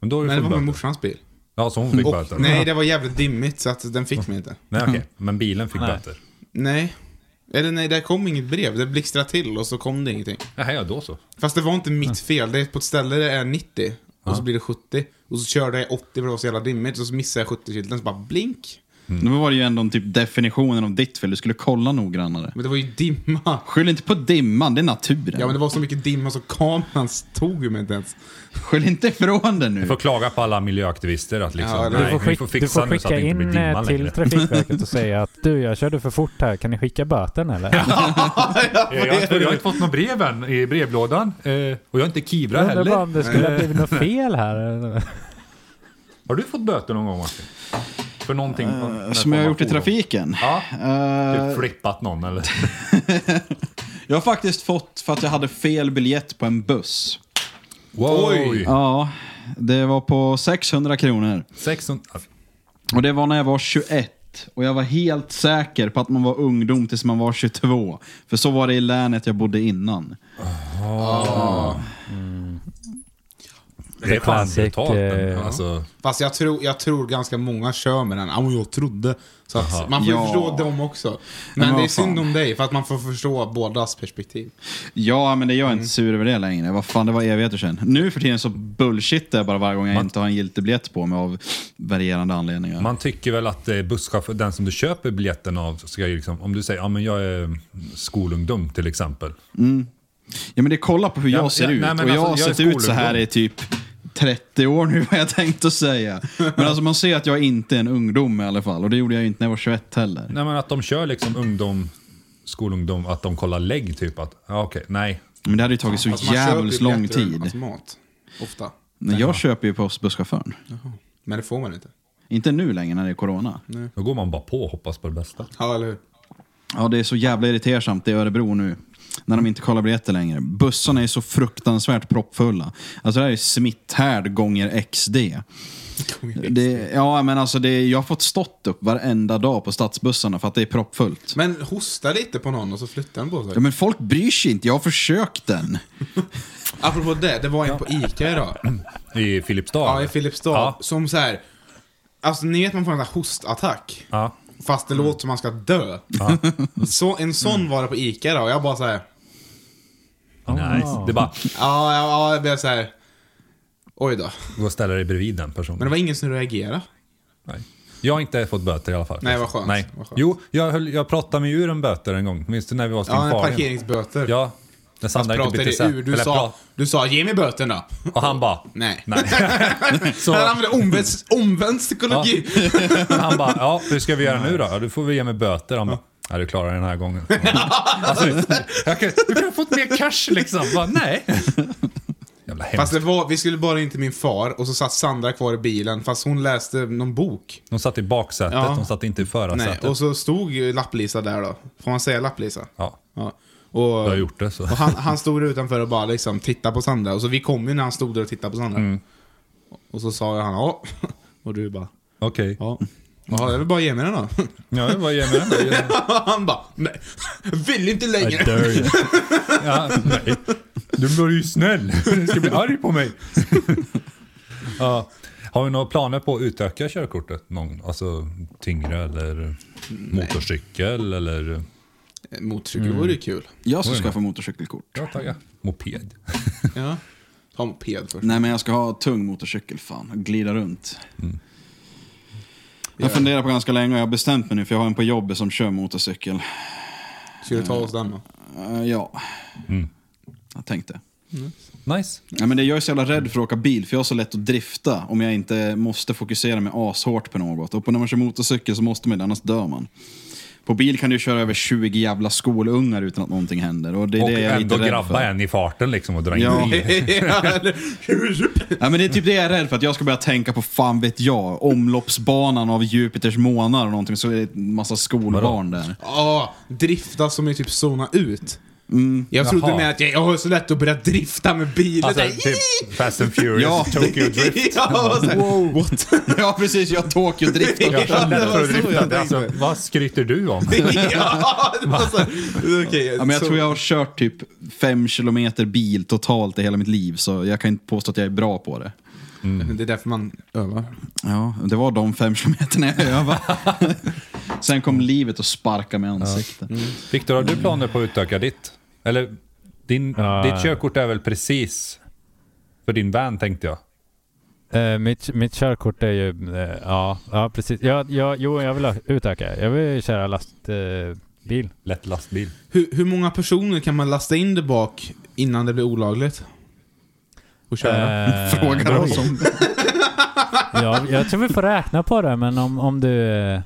Speaker 2: men då har du
Speaker 1: Men det
Speaker 2: fått
Speaker 1: var med
Speaker 2: böter.
Speaker 1: morsans bil.
Speaker 2: Ja, så hon fick böter.
Speaker 1: Och, nej, det var jävligt dimmigt så att den fick mig inte.
Speaker 2: Nej, okej. Men bilen fick böter.
Speaker 1: Nej. Eller nej, det kom inget brev. Det blixtrade till och så kom det ingenting.
Speaker 2: Jaha, ja då så.
Speaker 1: Fast det var inte mitt fel. Det är på ett ställe det är 90 och så blir det 70. Och så körde jag 80 för det var så jävla dimmigt och så missade jag 70-skylten så bara blink.
Speaker 3: Nu var det ju ändå typ definitionen av ditt fel. Du skulle kolla noggrannare.
Speaker 1: Men det var ju dimma.
Speaker 3: Skyll inte på dimman, det är naturen.
Speaker 1: Ja men det var så mycket dimma så kameran tog mig inte ens.
Speaker 3: Skyll inte ifrån den
Speaker 2: Du
Speaker 3: nu.
Speaker 2: får klaga på alla miljöaktivister att liksom,
Speaker 1: Ja, det-
Speaker 4: Du
Speaker 2: nej,
Speaker 4: får,
Speaker 2: ni
Speaker 4: skick,
Speaker 2: får
Speaker 4: du
Speaker 2: fixa nu
Speaker 4: får
Speaker 2: så att
Speaker 4: skicka
Speaker 2: det inte blir
Speaker 4: in eh,
Speaker 2: dimma
Speaker 4: till
Speaker 2: längre.
Speaker 4: Trafikverket och säga att du, jag körde för fort här, kan ni skicka böten eller?
Speaker 2: Jag, har inte- jag har inte fått något brev än i brevlådan. Eh, och jag är inte Kivra
Speaker 4: Jag undrar
Speaker 2: heller.
Speaker 4: bara om det skulle ha blivit något fel här.
Speaker 2: Har du fått böter någon gång Martin? För någonting? när
Speaker 3: Eh, Som jag har
Speaker 2: man
Speaker 3: gjort i
Speaker 2: fordon?
Speaker 3: trafiken.
Speaker 2: Ja.
Speaker 3: Eh,
Speaker 2: Typ flippat någon eller?
Speaker 3: jag har faktiskt fått för att jag hade fel biljett på en buss.
Speaker 2: Oj!
Speaker 3: Ja, det var på 600 kronor.
Speaker 2: 600...
Speaker 3: Och det var när jag var 21. Och jag var helt säker på att man var ungdom tills man var 22. För så var det i länet jag bodde innan.
Speaker 2: Det är fan
Speaker 4: classic,
Speaker 2: brutalt. men,
Speaker 4: eh,
Speaker 2: Alltså,
Speaker 1: Fast jag tror, jag tror ganska många kör med den. Ja, men jag trodde. Så att man får ju
Speaker 3: Ja.
Speaker 1: förstå dem också.
Speaker 3: Men
Speaker 1: Men, det är
Speaker 3: vad fan.
Speaker 1: synd om dig för att man får förstå bådas perspektiv.
Speaker 3: Ja, men det är jag inte sur över det längre. Vad fan, det var evigheter sedan. Nu för tiden så bullshittar jag bara varje gång jag inte har en giltig biljett på mig av varierande anledningar.
Speaker 2: man tycker väl att eh, busschaufför, den som du köper biljetten av, ska ju liksom, om du säger ja men jag är skolungdom till exempel.
Speaker 3: Ja, men det kolla på hur
Speaker 2: Ja, men-
Speaker 3: jag ser
Speaker 2: ja,
Speaker 3: ut.
Speaker 2: nej, men
Speaker 3: och jag
Speaker 2: alltså, jag
Speaker 3: har
Speaker 2: är
Speaker 3: sett ut så här
Speaker 2: skolungdom.
Speaker 3: i typ 30 år nu, vad jag tänkt att säga. Men alltså man ser att jag inte är en ungdom i alla fall. Och det gjorde jag ju inte när jag var 21 heller.
Speaker 2: Nej men att de kör liksom ungdom, skolungdom, att de kollar lägg typ att, ja okej, nej.
Speaker 3: Men det hade ju tagit så
Speaker 1: Alltså, man köper
Speaker 3: jävligt
Speaker 1: ju
Speaker 3: lång
Speaker 1: biljetter och
Speaker 3: tid.
Speaker 1: Alltså, mat. Ofta.
Speaker 3: Men jag köper ju på oss busschauffören.
Speaker 1: Men det får man inte.
Speaker 3: Inte nu längre när det är corona.
Speaker 2: Då går man bara på och hoppas på det bästa.
Speaker 1: Ja, eller hur?
Speaker 3: Ja, det är så jävla irritersamt i Örebro nu. När de inte kollar biljetter längre. Bussarna är så fruktansvärt proppfulla. Alltså det här är smitthärd gånger XD. Det, ja, men alltså det, jag har fått stått upp varenda dag på stadsbussarna för att det är proppfullt.
Speaker 1: Men hosta lite på någon och så flyttar den på sig.
Speaker 3: Ja, men folk bryr sig inte. Jag har försökt den.
Speaker 1: Apropå det, det var en på ICA idag.
Speaker 2: I Filipstad?
Speaker 1: Ja,
Speaker 2: eller?
Speaker 1: i Filipstad.
Speaker 2: Ja.
Speaker 1: Som så här. Alltså ni vet man får en sån här hostattack.
Speaker 2: Ja.
Speaker 1: Fast
Speaker 2: Mm.
Speaker 1: det låter som man ska dö. Så, en sån var det på ICA då. Och jag bara så här.
Speaker 3: Ah.
Speaker 2: Nice. Det är bara,
Speaker 1: Ja, ja, ja, jag blev så här. Oj då.
Speaker 2: gå och ställa dig bredvid den personen.
Speaker 1: Men det var ingen som reagerade.
Speaker 2: Nej. Jag har inte fått böter i alla fall.
Speaker 1: Nej, vad skönt.
Speaker 2: Nej.
Speaker 1: Vad skönt.
Speaker 2: Jo, jag, höll, jag pratade mig ur en böter en gång. Minns du när vi var hos din
Speaker 1: Ja, en
Speaker 2: far?
Speaker 1: parkeringsböter.
Speaker 2: Ja. När Sandra gick och
Speaker 1: Pratade
Speaker 2: bytte
Speaker 1: dig ur.
Speaker 2: säte.
Speaker 1: Du
Speaker 2: Eller
Speaker 1: sa,
Speaker 2: pra-
Speaker 1: du sa ge mig böten då.
Speaker 2: Och han bara...
Speaker 1: Nej.
Speaker 2: Nej. Så
Speaker 1: Han använde omvänd, omvänd psykologi.
Speaker 2: han bara, ja, hur ska vi göra nu då? Ja, du får väl ge mig böter. Han bara, ja du klarar den här gången. alltså, jag kan, du kunde ha fått mer cash liksom. Bara, nej. Jävla hemskt.
Speaker 1: Fast det var, vi skulle bara in till min far och så satt Sandra kvar i bilen fast hon läste någon bok.
Speaker 2: De satt i baksätet,
Speaker 1: Ja.
Speaker 2: de satt inte i
Speaker 1: Nej,
Speaker 2: förarsätet.
Speaker 1: och så stod ju Lapplisa där då. Får man säga Lapplisa?
Speaker 2: Ja,
Speaker 1: Ja. Och,
Speaker 2: jag har gjort det så.
Speaker 1: och han, han stod där utanför och bara liksom tittade på Sandra. Och så vi kom ju när han stod där och tittade på Sandra.
Speaker 2: Mm.
Speaker 1: Och så sa jag han ja. Och du bara
Speaker 2: Okej.
Speaker 1: ja. Jaha, jag vill bara ge mig den då.
Speaker 2: Ja, vad ger mig den då?
Speaker 1: Och han bara nej. Vill inte
Speaker 2: I
Speaker 1: längre.
Speaker 2: dare you. Ja, nej. Du blir ju snäll. Du ska bli arg på mig. ja. Har vi några planer på att utöka körkortet? Någon, alltså tyngre eller motorcykel eller?
Speaker 1: Motorcykel
Speaker 2: Mm.
Speaker 1: vore ju kul.
Speaker 3: Jag ska skaffa motorcykelkort.
Speaker 2: Ja, tagga. Moped.
Speaker 1: Ja. Ta moped först.
Speaker 3: Nej, men jag ska ha tung motorcykel fan och glida runt. Jag funderar på ganska länge och jag har bestämt mig nu för jag har en på jobbet som kör motorcykel.
Speaker 1: Ska du ta oss den då?
Speaker 3: Eh, ja, jag tänkte.
Speaker 2: Nice.
Speaker 3: Ja, men det, jag är så jävla rädd för att åka bil, för jag har så lätt att drifta om jag inte måste fokusera mig ashårt på något. Och på när man kör motorcykel så måste man det, annars dör man. På bil kan du köra över 20 jävla skolungar utan att någonting händer. Och det är
Speaker 2: Och
Speaker 3: det jag är
Speaker 2: ändå
Speaker 3: lite rädd
Speaker 2: grabba
Speaker 3: för.
Speaker 2: en i farten liksom och dra in
Speaker 3: Ja.
Speaker 2: i.
Speaker 3: Ja, men det är typ det jag är rädd för, att jag ska börja tänka på, fan vet jag, omloppsbanan av Jupiters månar och någonting, så är det en massa skolbarn där.
Speaker 1: Ja, drifta som är typ zona ut. Jag trodde
Speaker 2: Mm. Jaha.
Speaker 1: med att jag, jag har så lätt att börja drifta med bilen.
Speaker 2: Alltså,
Speaker 1: Där.
Speaker 2: typ Fast and Furious,
Speaker 3: Ja.
Speaker 2: Tokyo Drift.
Speaker 1: ja, så här, What?
Speaker 3: Ja, precis. Jag Tokyo Drift.
Speaker 1: Ja,
Speaker 2: Jag kände
Speaker 1: det
Speaker 2: att
Speaker 1: var
Speaker 2: du
Speaker 1: så jag
Speaker 2: driftade.
Speaker 1: tänkte.
Speaker 2: Alltså, vad skryter du om?
Speaker 1: ja, det var så här, okej,
Speaker 3: Ja, men jag
Speaker 1: så-
Speaker 3: tror jag har kört typ fem kilometer bil totalt i hela mitt liv, så jag kan inte påstå att jag är bra på det.
Speaker 1: Det är därför man övar.
Speaker 3: Ja, det var de fem kilometerna jag övade. Sen kom livet och sparkade mig i ansiktet.
Speaker 2: Viktor, har du planer på att utöka ditt? Eller, din,
Speaker 4: Ja.
Speaker 2: ditt körkort är väl precis för din van tänkte jag.
Speaker 4: Eh, mitt, mitt körkort är ju... eh, ja, ja, precis. Jag, jag, jo, jag vill utöka. Jag vill köra lastbil. bil.
Speaker 2: Lätt lastbil.
Speaker 1: Hur, hur många personer kan man lasta in där bak innan det blir olagligt? Och köra?
Speaker 4: Eh,
Speaker 3: Mm. Frågar de som...
Speaker 4: ja, jag tror vi får räkna på det, men om, om du... eh,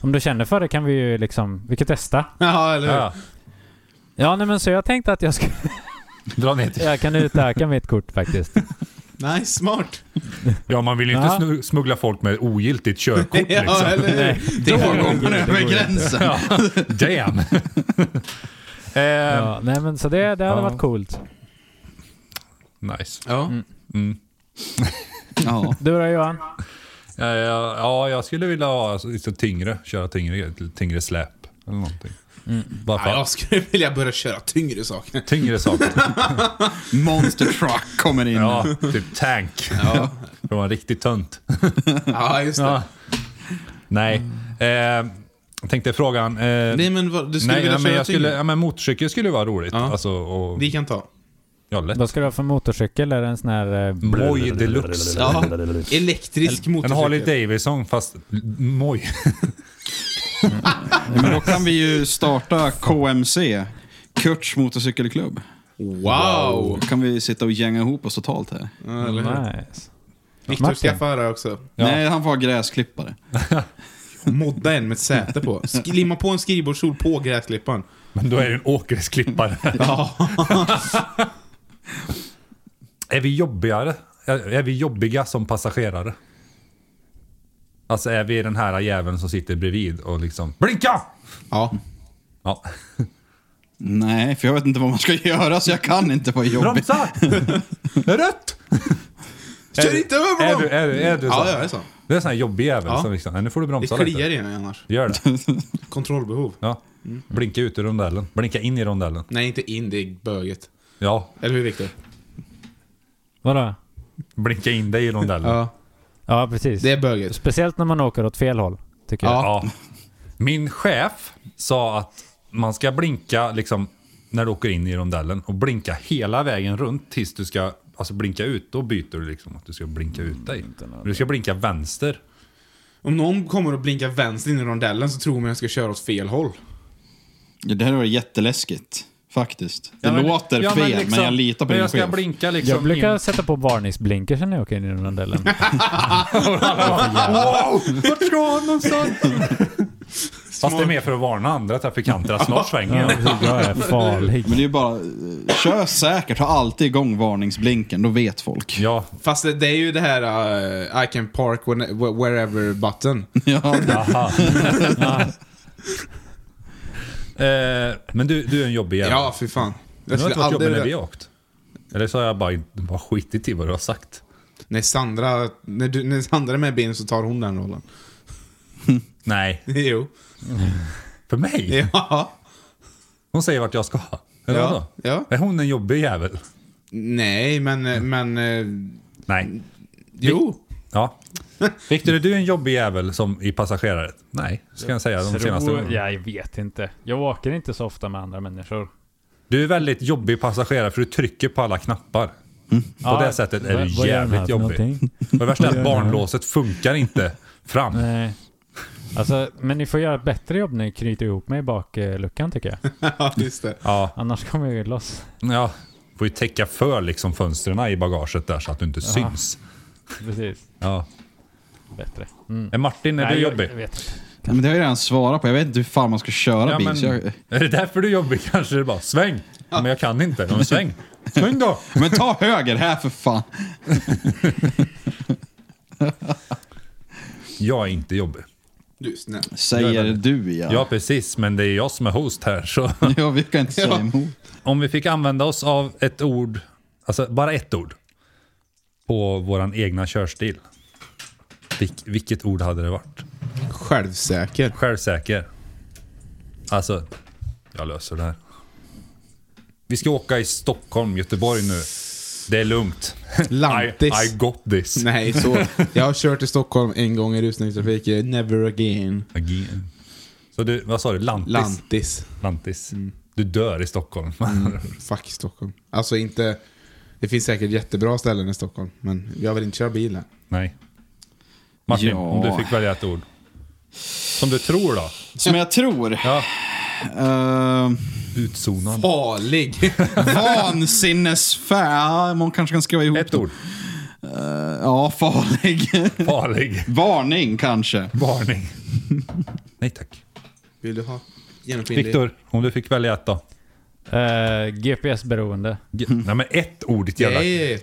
Speaker 4: Om du känner för det kan vi ju liksom... Vi kan testa.
Speaker 1: Ja, eller hur?
Speaker 2: Ja,
Speaker 4: Ja, nej, men så jag tänkte att jag ska...
Speaker 2: dra ner till.
Speaker 4: Jag kan utöka mitt kort faktiskt.
Speaker 1: Nej, smart.
Speaker 2: Ja, man vill ju inte
Speaker 4: Ja.
Speaker 2: snu- smuggla folk med ogiltigt körkort
Speaker 1: Ja,
Speaker 2: liksom.
Speaker 1: eller hur?
Speaker 3: Då går man över gränsen.
Speaker 2: Damn! eh,
Speaker 4: Ja, nej, men så det, det hade
Speaker 2: Ja.
Speaker 4: varit coolt.
Speaker 2: Nice.
Speaker 1: Ja.
Speaker 3: Ja.
Speaker 4: Du då Johan?
Speaker 2: Eh, ja, jag skulle vilja ha alltså, lite tyngre, köra tyngre, grejer, tyngre släp eller någonting. Bara för
Speaker 1: Ja, jag skulle vilja börja köra tyngre saker.
Speaker 2: tyngre saker.
Speaker 3: Monster truck kommer in.
Speaker 2: Ja, typ tank.
Speaker 1: Ja,
Speaker 2: Det var riktigt tunt.
Speaker 1: ja just det.
Speaker 2: Ja. Nej. Eh, jag tänkte frågan. Eh,
Speaker 1: Nej, men vad, du skulle
Speaker 2: nej,
Speaker 1: vilja
Speaker 2: ja,
Speaker 1: köra
Speaker 2: men jag
Speaker 1: tyngre?
Speaker 2: skulle, ja, men motorcykel skulle ju vara roligt.
Speaker 1: Ja.
Speaker 2: Alltså, och,
Speaker 1: Vi kan ta.
Speaker 2: ja, lätt.
Speaker 4: Vad ska du ha för motorcykel? Är det en sån här... eh,
Speaker 2: Moj deluxe.
Speaker 1: Ja. Elektrisk
Speaker 2: En
Speaker 1: motorcykel.
Speaker 2: Harley Davidson fast moj.
Speaker 3: Men då kan vi ju starta KMC, Kurts motorcykelklubb.
Speaker 1: Wow!
Speaker 3: Då kan vi sitta och gänga ihop oss totalt här.
Speaker 1: Ja, eller hur?
Speaker 4: Nice.
Speaker 1: Viktor
Speaker 4: Martin.
Speaker 1: skaffade det här också.
Speaker 3: Nej, han får ha gräsklippare.
Speaker 1: Modda en med ett säte på. Sk- Limma på en skrivbordsstol på gräsklipparen.
Speaker 2: Men då är det en åkersklippare.
Speaker 1: Ja.
Speaker 2: är vi jobbigare? Är, är vi jobbiga som passagerare? Alltså är vi den här jäveln som sitter bredvid och liksom blinka!
Speaker 1: ja.
Speaker 2: Ja.
Speaker 3: Nej, för jag vet inte vad man ska göra så jag kan inte vara jobbig.
Speaker 2: Bromsa! Rött!
Speaker 1: Kör inte över
Speaker 2: Är
Speaker 1: dem!
Speaker 2: du, är, du- är du så?
Speaker 1: Ja, jag är så.
Speaker 2: Det är en sån här jobbig jävel
Speaker 1: Ja.
Speaker 2: som liksom, "Nej, nu får du
Speaker 1: Det
Speaker 2: bromsa lite.
Speaker 1: kliar i mig annars.
Speaker 2: Gör det.
Speaker 1: Kontrollbehov.
Speaker 2: Ja. Blinka ut ur rondellen. Blinka in i rondellen.
Speaker 1: Nej, inte in. Det är böget.
Speaker 2: Ja.
Speaker 1: Eller hur, Viktor?
Speaker 4: Vadå?
Speaker 2: Blinka in dig i rondellen.
Speaker 1: Ja.
Speaker 4: Ja, precis.
Speaker 1: Det är böget.
Speaker 4: Speciellt när man åker åt fel håll, tycker jag.
Speaker 2: Ja. Min chef sa att man ska blinka liksom när du åker in i rondellen och blinka hela vägen runt tills du ska alltså blinka ut. Då byter du liksom att du ska blinka ut dig. Du ska blinka vänster.
Speaker 1: Om någon kommer och blinkar vänster in i rondellen så tror man jag ska köra åt fel håll.
Speaker 3: Ja, Det här var jätteläskigt, faktiskt. Det
Speaker 2: Ja, men-
Speaker 3: låter
Speaker 2: ja,
Speaker 3: fel, men,
Speaker 2: liksom-
Speaker 3: jag litar på
Speaker 2: men
Speaker 3: din
Speaker 2: jag ska
Speaker 3: chef.
Speaker 2: blinka liksom
Speaker 4: Jag brukar
Speaker 2: in.
Speaker 4: sätta på varningsblinkers när jag åker in i den här delen.
Speaker 2: Wow! Vart ska han någonstans? Fast det är mer för att varna andra trafikanter att snart svänger
Speaker 4: Ja,
Speaker 2: jag.
Speaker 4: precis. jag är farlig.
Speaker 3: Men det är ju bara, eh, kör säkert, ha alltid igång varningsblinken, då vet folk.
Speaker 2: Ja,
Speaker 1: Fast det, det är ju det här eh, I can park when, wherever button.
Speaker 3: Ja,
Speaker 2: aha. eh, men du, du är en jobbig jävel.
Speaker 1: Ja, fy fan.
Speaker 2: Men
Speaker 1: Jag
Speaker 2: det har
Speaker 1: skulle
Speaker 2: inte varit jobbigt
Speaker 1: aldrig...
Speaker 2: när vi har åkt. Eller så har jag bara, bara skitit i vad du har sagt.
Speaker 1: När Sandra, när, du, när Sandra är med i bilen så tar hon den rollen.
Speaker 2: Nej.
Speaker 1: Jo.
Speaker 2: För mig?
Speaker 1: Ja.
Speaker 2: Hon säger vart jag ska. Eller
Speaker 1: Ja,
Speaker 2: vadå?
Speaker 1: ja.
Speaker 2: Är hon en jobbig jävel?
Speaker 1: Nej, men, eh, men... eh,
Speaker 2: Nej.
Speaker 1: Jo.
Speaker 2: Ja. Viktor, är du en jobbig jävel som i passagerare? Nej, ska jag säga de senaste
Speaker 4: Tror,
Speaker 2: åren.
Speaker 4: jag vet inte. Jag åker inte så ofta med andra människor.
Speaker 2: Du är väldigt jobbig passagerare för du trycker på alla knappar.
Speaker 1: Mm.
Speaker 2: På
Speaker 4: Ja,
Speaker 2: det sättet är
Speaker 4: vad-
Speaker 2: du
Speaker 4: vad gör den här
Speaker 2: jävligt
Speaker 4: för
Speaker 2: jobbig.
Speaker 4: någonting?
Speaker 2: Och det värsta är att
Speaker 4: den här?
Speaker 2: barnlåset funkar inte fram.
Speaker 4: Nej. Alltså, men ni får göra ett bättre jobb när ni knyter ihop mig i bakluckan tycker jag.
Speaker 1: Ja, just det.
Speaker 2: Ja,
Speaker 4: Annars kommer jag ju loss.
Speaker 2: ja. Får ju täcka för liksom fönstren i bagaget där så att du inte syns.
Speaker 4: Precis.
Speaker 2: Ja.
Speaker 4: Bättre. Mm.
Speaker 2: Är Martin, är du
Speaker 4: Nej, jag-
Speaker 2: jobbig?
Speaker 4: Jag vet inte.
Speaker 3: men det har jag redan svarat på, jag vet inte hur fan man ska köra
Speaker 2: Ja,
Speaker 3: bil.
Speaker 2: men-
Speaker 3: Så jag,
Speaker 2: Är det därför du är jobbig kanske? Det är bara sväng. Men jag kan inte. Ja, Men sväng. Sväng då.
Speaker 3: men ta höger här för fan.
Speaker 2: Jag är inte jobbig.
Speaker 1: Du är snäll.
Speaker 3: Säger
Speaker 2: Gör det.
Speaker 3: du ja.
Speaker 2: Ja, precis. Men det är jag som är host här. Så
Speaker 3: Ja, vi kan inte säga
Speaker 1: Ja.
Speaker 3: emot.
Speaker 2: om vi fick använda oss av ett ord, alltså bara ett ord, på vår egna körstil. Vilk, vilket ord hade det varit?
Speaker 1: Självsäker.
Speaker 2: Självsäker. Alltså, jag löser det här. Vi ska åka i Stockholm, Göteborg nu. Det är lugnt. I,
Speaker 1: Lantis.
Speaker 2: I got this.
Speaker 1: Nej, så. Jag har kört i Stockholm en gång i rusningstrafik. Never again.
Speaker 2: Again. Så du, vad sa du? Lantis?
Speaker 1: Lantis.
Speaker 2: Lantis. Du dör i Stockholm.
Speaker 1: Fuck Stockholm. Alltså inte... Det finns säkert jättebra ställen i Stockholm, men jag vill inte köra bil här.
Speaker 2: Nej. Martin,
Speaker 3: Ja.
Speaker 2: om du fick välja ett ord. Som du tror då?
Speaker 3: Som jag tror.
Speaker 2: Ja.
Speaker 3: Eh,
Speaker 2: Utzonad.
Speaker 1: Farlig!
Speaker 3: vansinnesfär. Man kanske kan skriva ihop
Speaker 2: Ett ord.
Speaker 3: det. Ja, farlig.
Speaker 2: Farlig.
Speaker 3: Varning kanske.
Speaker 2: Varning. Nej tack.
Speaker 1: Vill du ha genomskinlig?
Speaker 2: Viktor, om du fick välja ett då?
Speaker 4: Eh, GPS-beroende.
Speaker 2: G- Nej men ett ord ditt jävla... Nej,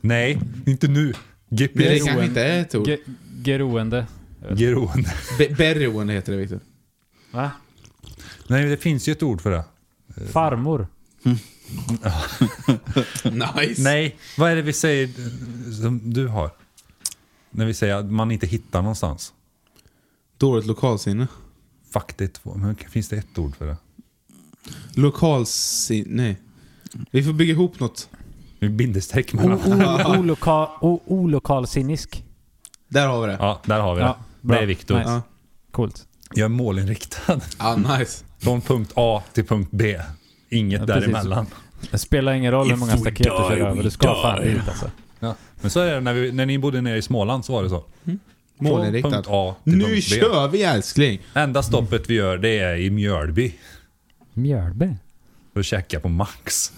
Speaker 1: Nej,
Speaker 2: inte nu.
Speaker 1: det är
Speaker 2: GPS.
Speaker 1: kanske inte är ett ord.
Speaker 4: Ge- Geroende.
Speaker 2: Geron.
Speaker 1: Be- Beroende heter det, Viktor.
Speaker 4: Va?
Speaker 2: Nej, det finns ju ett ord för det.
Speaker 4: Farmor.
Speaker 1: Nice!
Speaker 2: Nej, vad är det vi säger eh, som du har? När vi säger att man inte hittar någonstans.
Speaker 1: Dåligt lokalsinne.
Speaker 2: Fuck, det är två. Men finns det ett ord för det?
Speaker 1: Lokalsinne... Nej. Vi får bygga ihop något.
Speaker 2: Vi bindestreck
Speaker 4: O-
Speaker 2: mellan.
Speaker 4: o- oloka- o- Olokalsinnisk.
Speaker 1: Där har vi det.
Speaker 2: Ja, där har vi det.
Speaker 4: Ja, bra.
Speaker 2: det är Viktor.
Speaker 4: Nice.
Speaker 1: Ja.
Speaker 4: Coolt.
Speaker 2: Jag är målinriktad.
Speaker 1: Ah, nice.
Speaker 2: Från punkt A till punkt B. Inget
Speaker 4: Ja, precis.
Speaker 2: däremellan.
Speaker 4: Det spelar ingen roll hur
Speaker 2: If
Speaker 4: många
Speaker 2: we
Speaker 4: staket du kör
Speaker 2: die,
Speaker 4: över.
Speaker 2: we
Speaker 4: Du ska fan
Speaker 2: die.
Speaker 4: dit alltså.
Speaker 2: Men så är det när, vi, när ni bodde nere i Småland så var det så.
Speaker 1: Målinriktat.
Speaker 2: Från punkt A till
Speaker 1: Nu
Speaker 2: punkt B.
Speaker 1: kör vi älskling!
Speaker 2: Enda stoppet vi gör det är i Mjölby.
Speaker 4: Mjölby.
Speaker 2: För att käka på Max.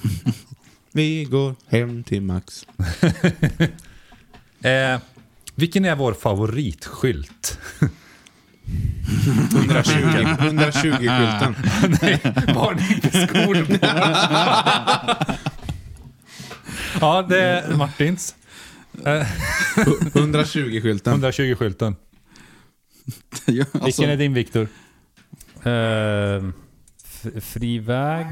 Speaker 1: Vi går hem till Max.
Speaker 2: Eh, vilken är vår favoritskylt?
Speaker 1: 120-skylten.
Speaker 2: Varning för skor på. Ja, det är Eh, Martins.
Speaker 1: 120-skylten.
Speaker 2: 120-skylten.
Speaker 3: Ja, alltså,
Speaker 2: Vilken är din Viktor?
Speaker 4: Uh, f- fri väg?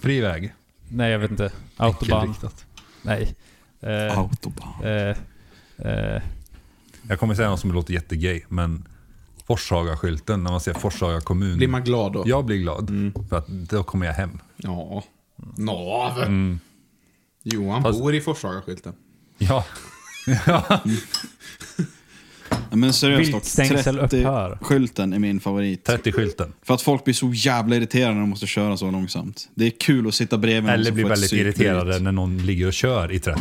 Speaker 2: Fri väg.
Speaker 4: Nej, jag vet inte. Autobahn?
Speaker 2: Enkelriktat.
Speaker 4: Nej. Eh,
Speaker 3: Autobahn.
Speaker 4: eh, eh,
Speaker 2: Jag kommer säga något som låter jättegay, men Forshaga-skylten, när man ser Forshaga kommun.
Speaker 1: Blir man glad då?
Speaker 2: Jag blir glad, för att då kommer jag hem.
Speaker 1: Ja. Nav. Johan
Speaker 2: Fast-
Speaker 1: bor i Forshaga-skylten.
Speaker 2: Ja,
Speaker 3: Men seriöst dock,
Speaker 4: Viltstängsel upphör.
Speaker 3: 30-skylten är min favorit.
Speaker 2: 30-skylten.
Speaker 3: För att folk blir så jävla irriterade när de måste köra så långsamt. Det är kul att sitta bredvid någon
Speaker 2: Eller
Speaker 3: som
Speaker 2: blir
Speaker 3: får Mm. ett
Speaker 2: väldigt
Speaker 3: psykbryt.
Speaker 2: irriterade när någon ligger och kör i 30.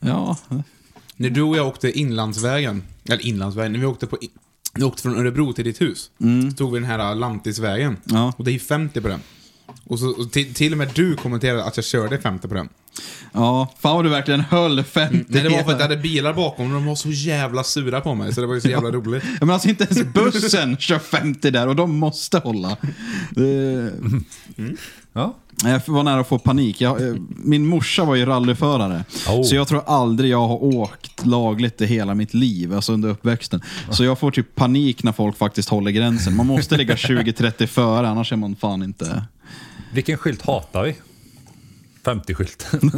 Speaker 3: Ja,
Speaker 1: När du och jag åkte inlandsvägen, eller inlandsvägen, när vi åkte, på, i- när vi åkte från Örebro till ditt hus, så tog vi den här Lantisvägen.
Speaker 3: Ja.
Speaker 1: Och det är 50 på den. Och, så, och till, till och med du kommenterade att jag körde 50 på den.
Speaker 3: ja. Fan vad du verkligen höll 50.
Speaker 1: Nej, Mm, det var för att jag hade bilar bakom och de var så jävla sura på mig, så det var ju så jävla roligt.
Speaker 3: Ja, men alltså inte ens bussen kör 50 där och de måste hålla. Det...
Speaker 2: Ja.
Speaker 3: Nej, Jag var nära att få panik. Jag, eh, min morsa var ju rallyförare.
Speaker 2: Oh.
Speaker 3: Så jag tror aldrig jag har åkt lagligt i hela mitt liv, alltså under uppväxten. Så jag får typ panik när folk faktiskt håller gränsen. Man måste ligga 20-30 före, annars är man fan inte...
Speaker 2: Vilken skylt hatar vi? 50-skylten.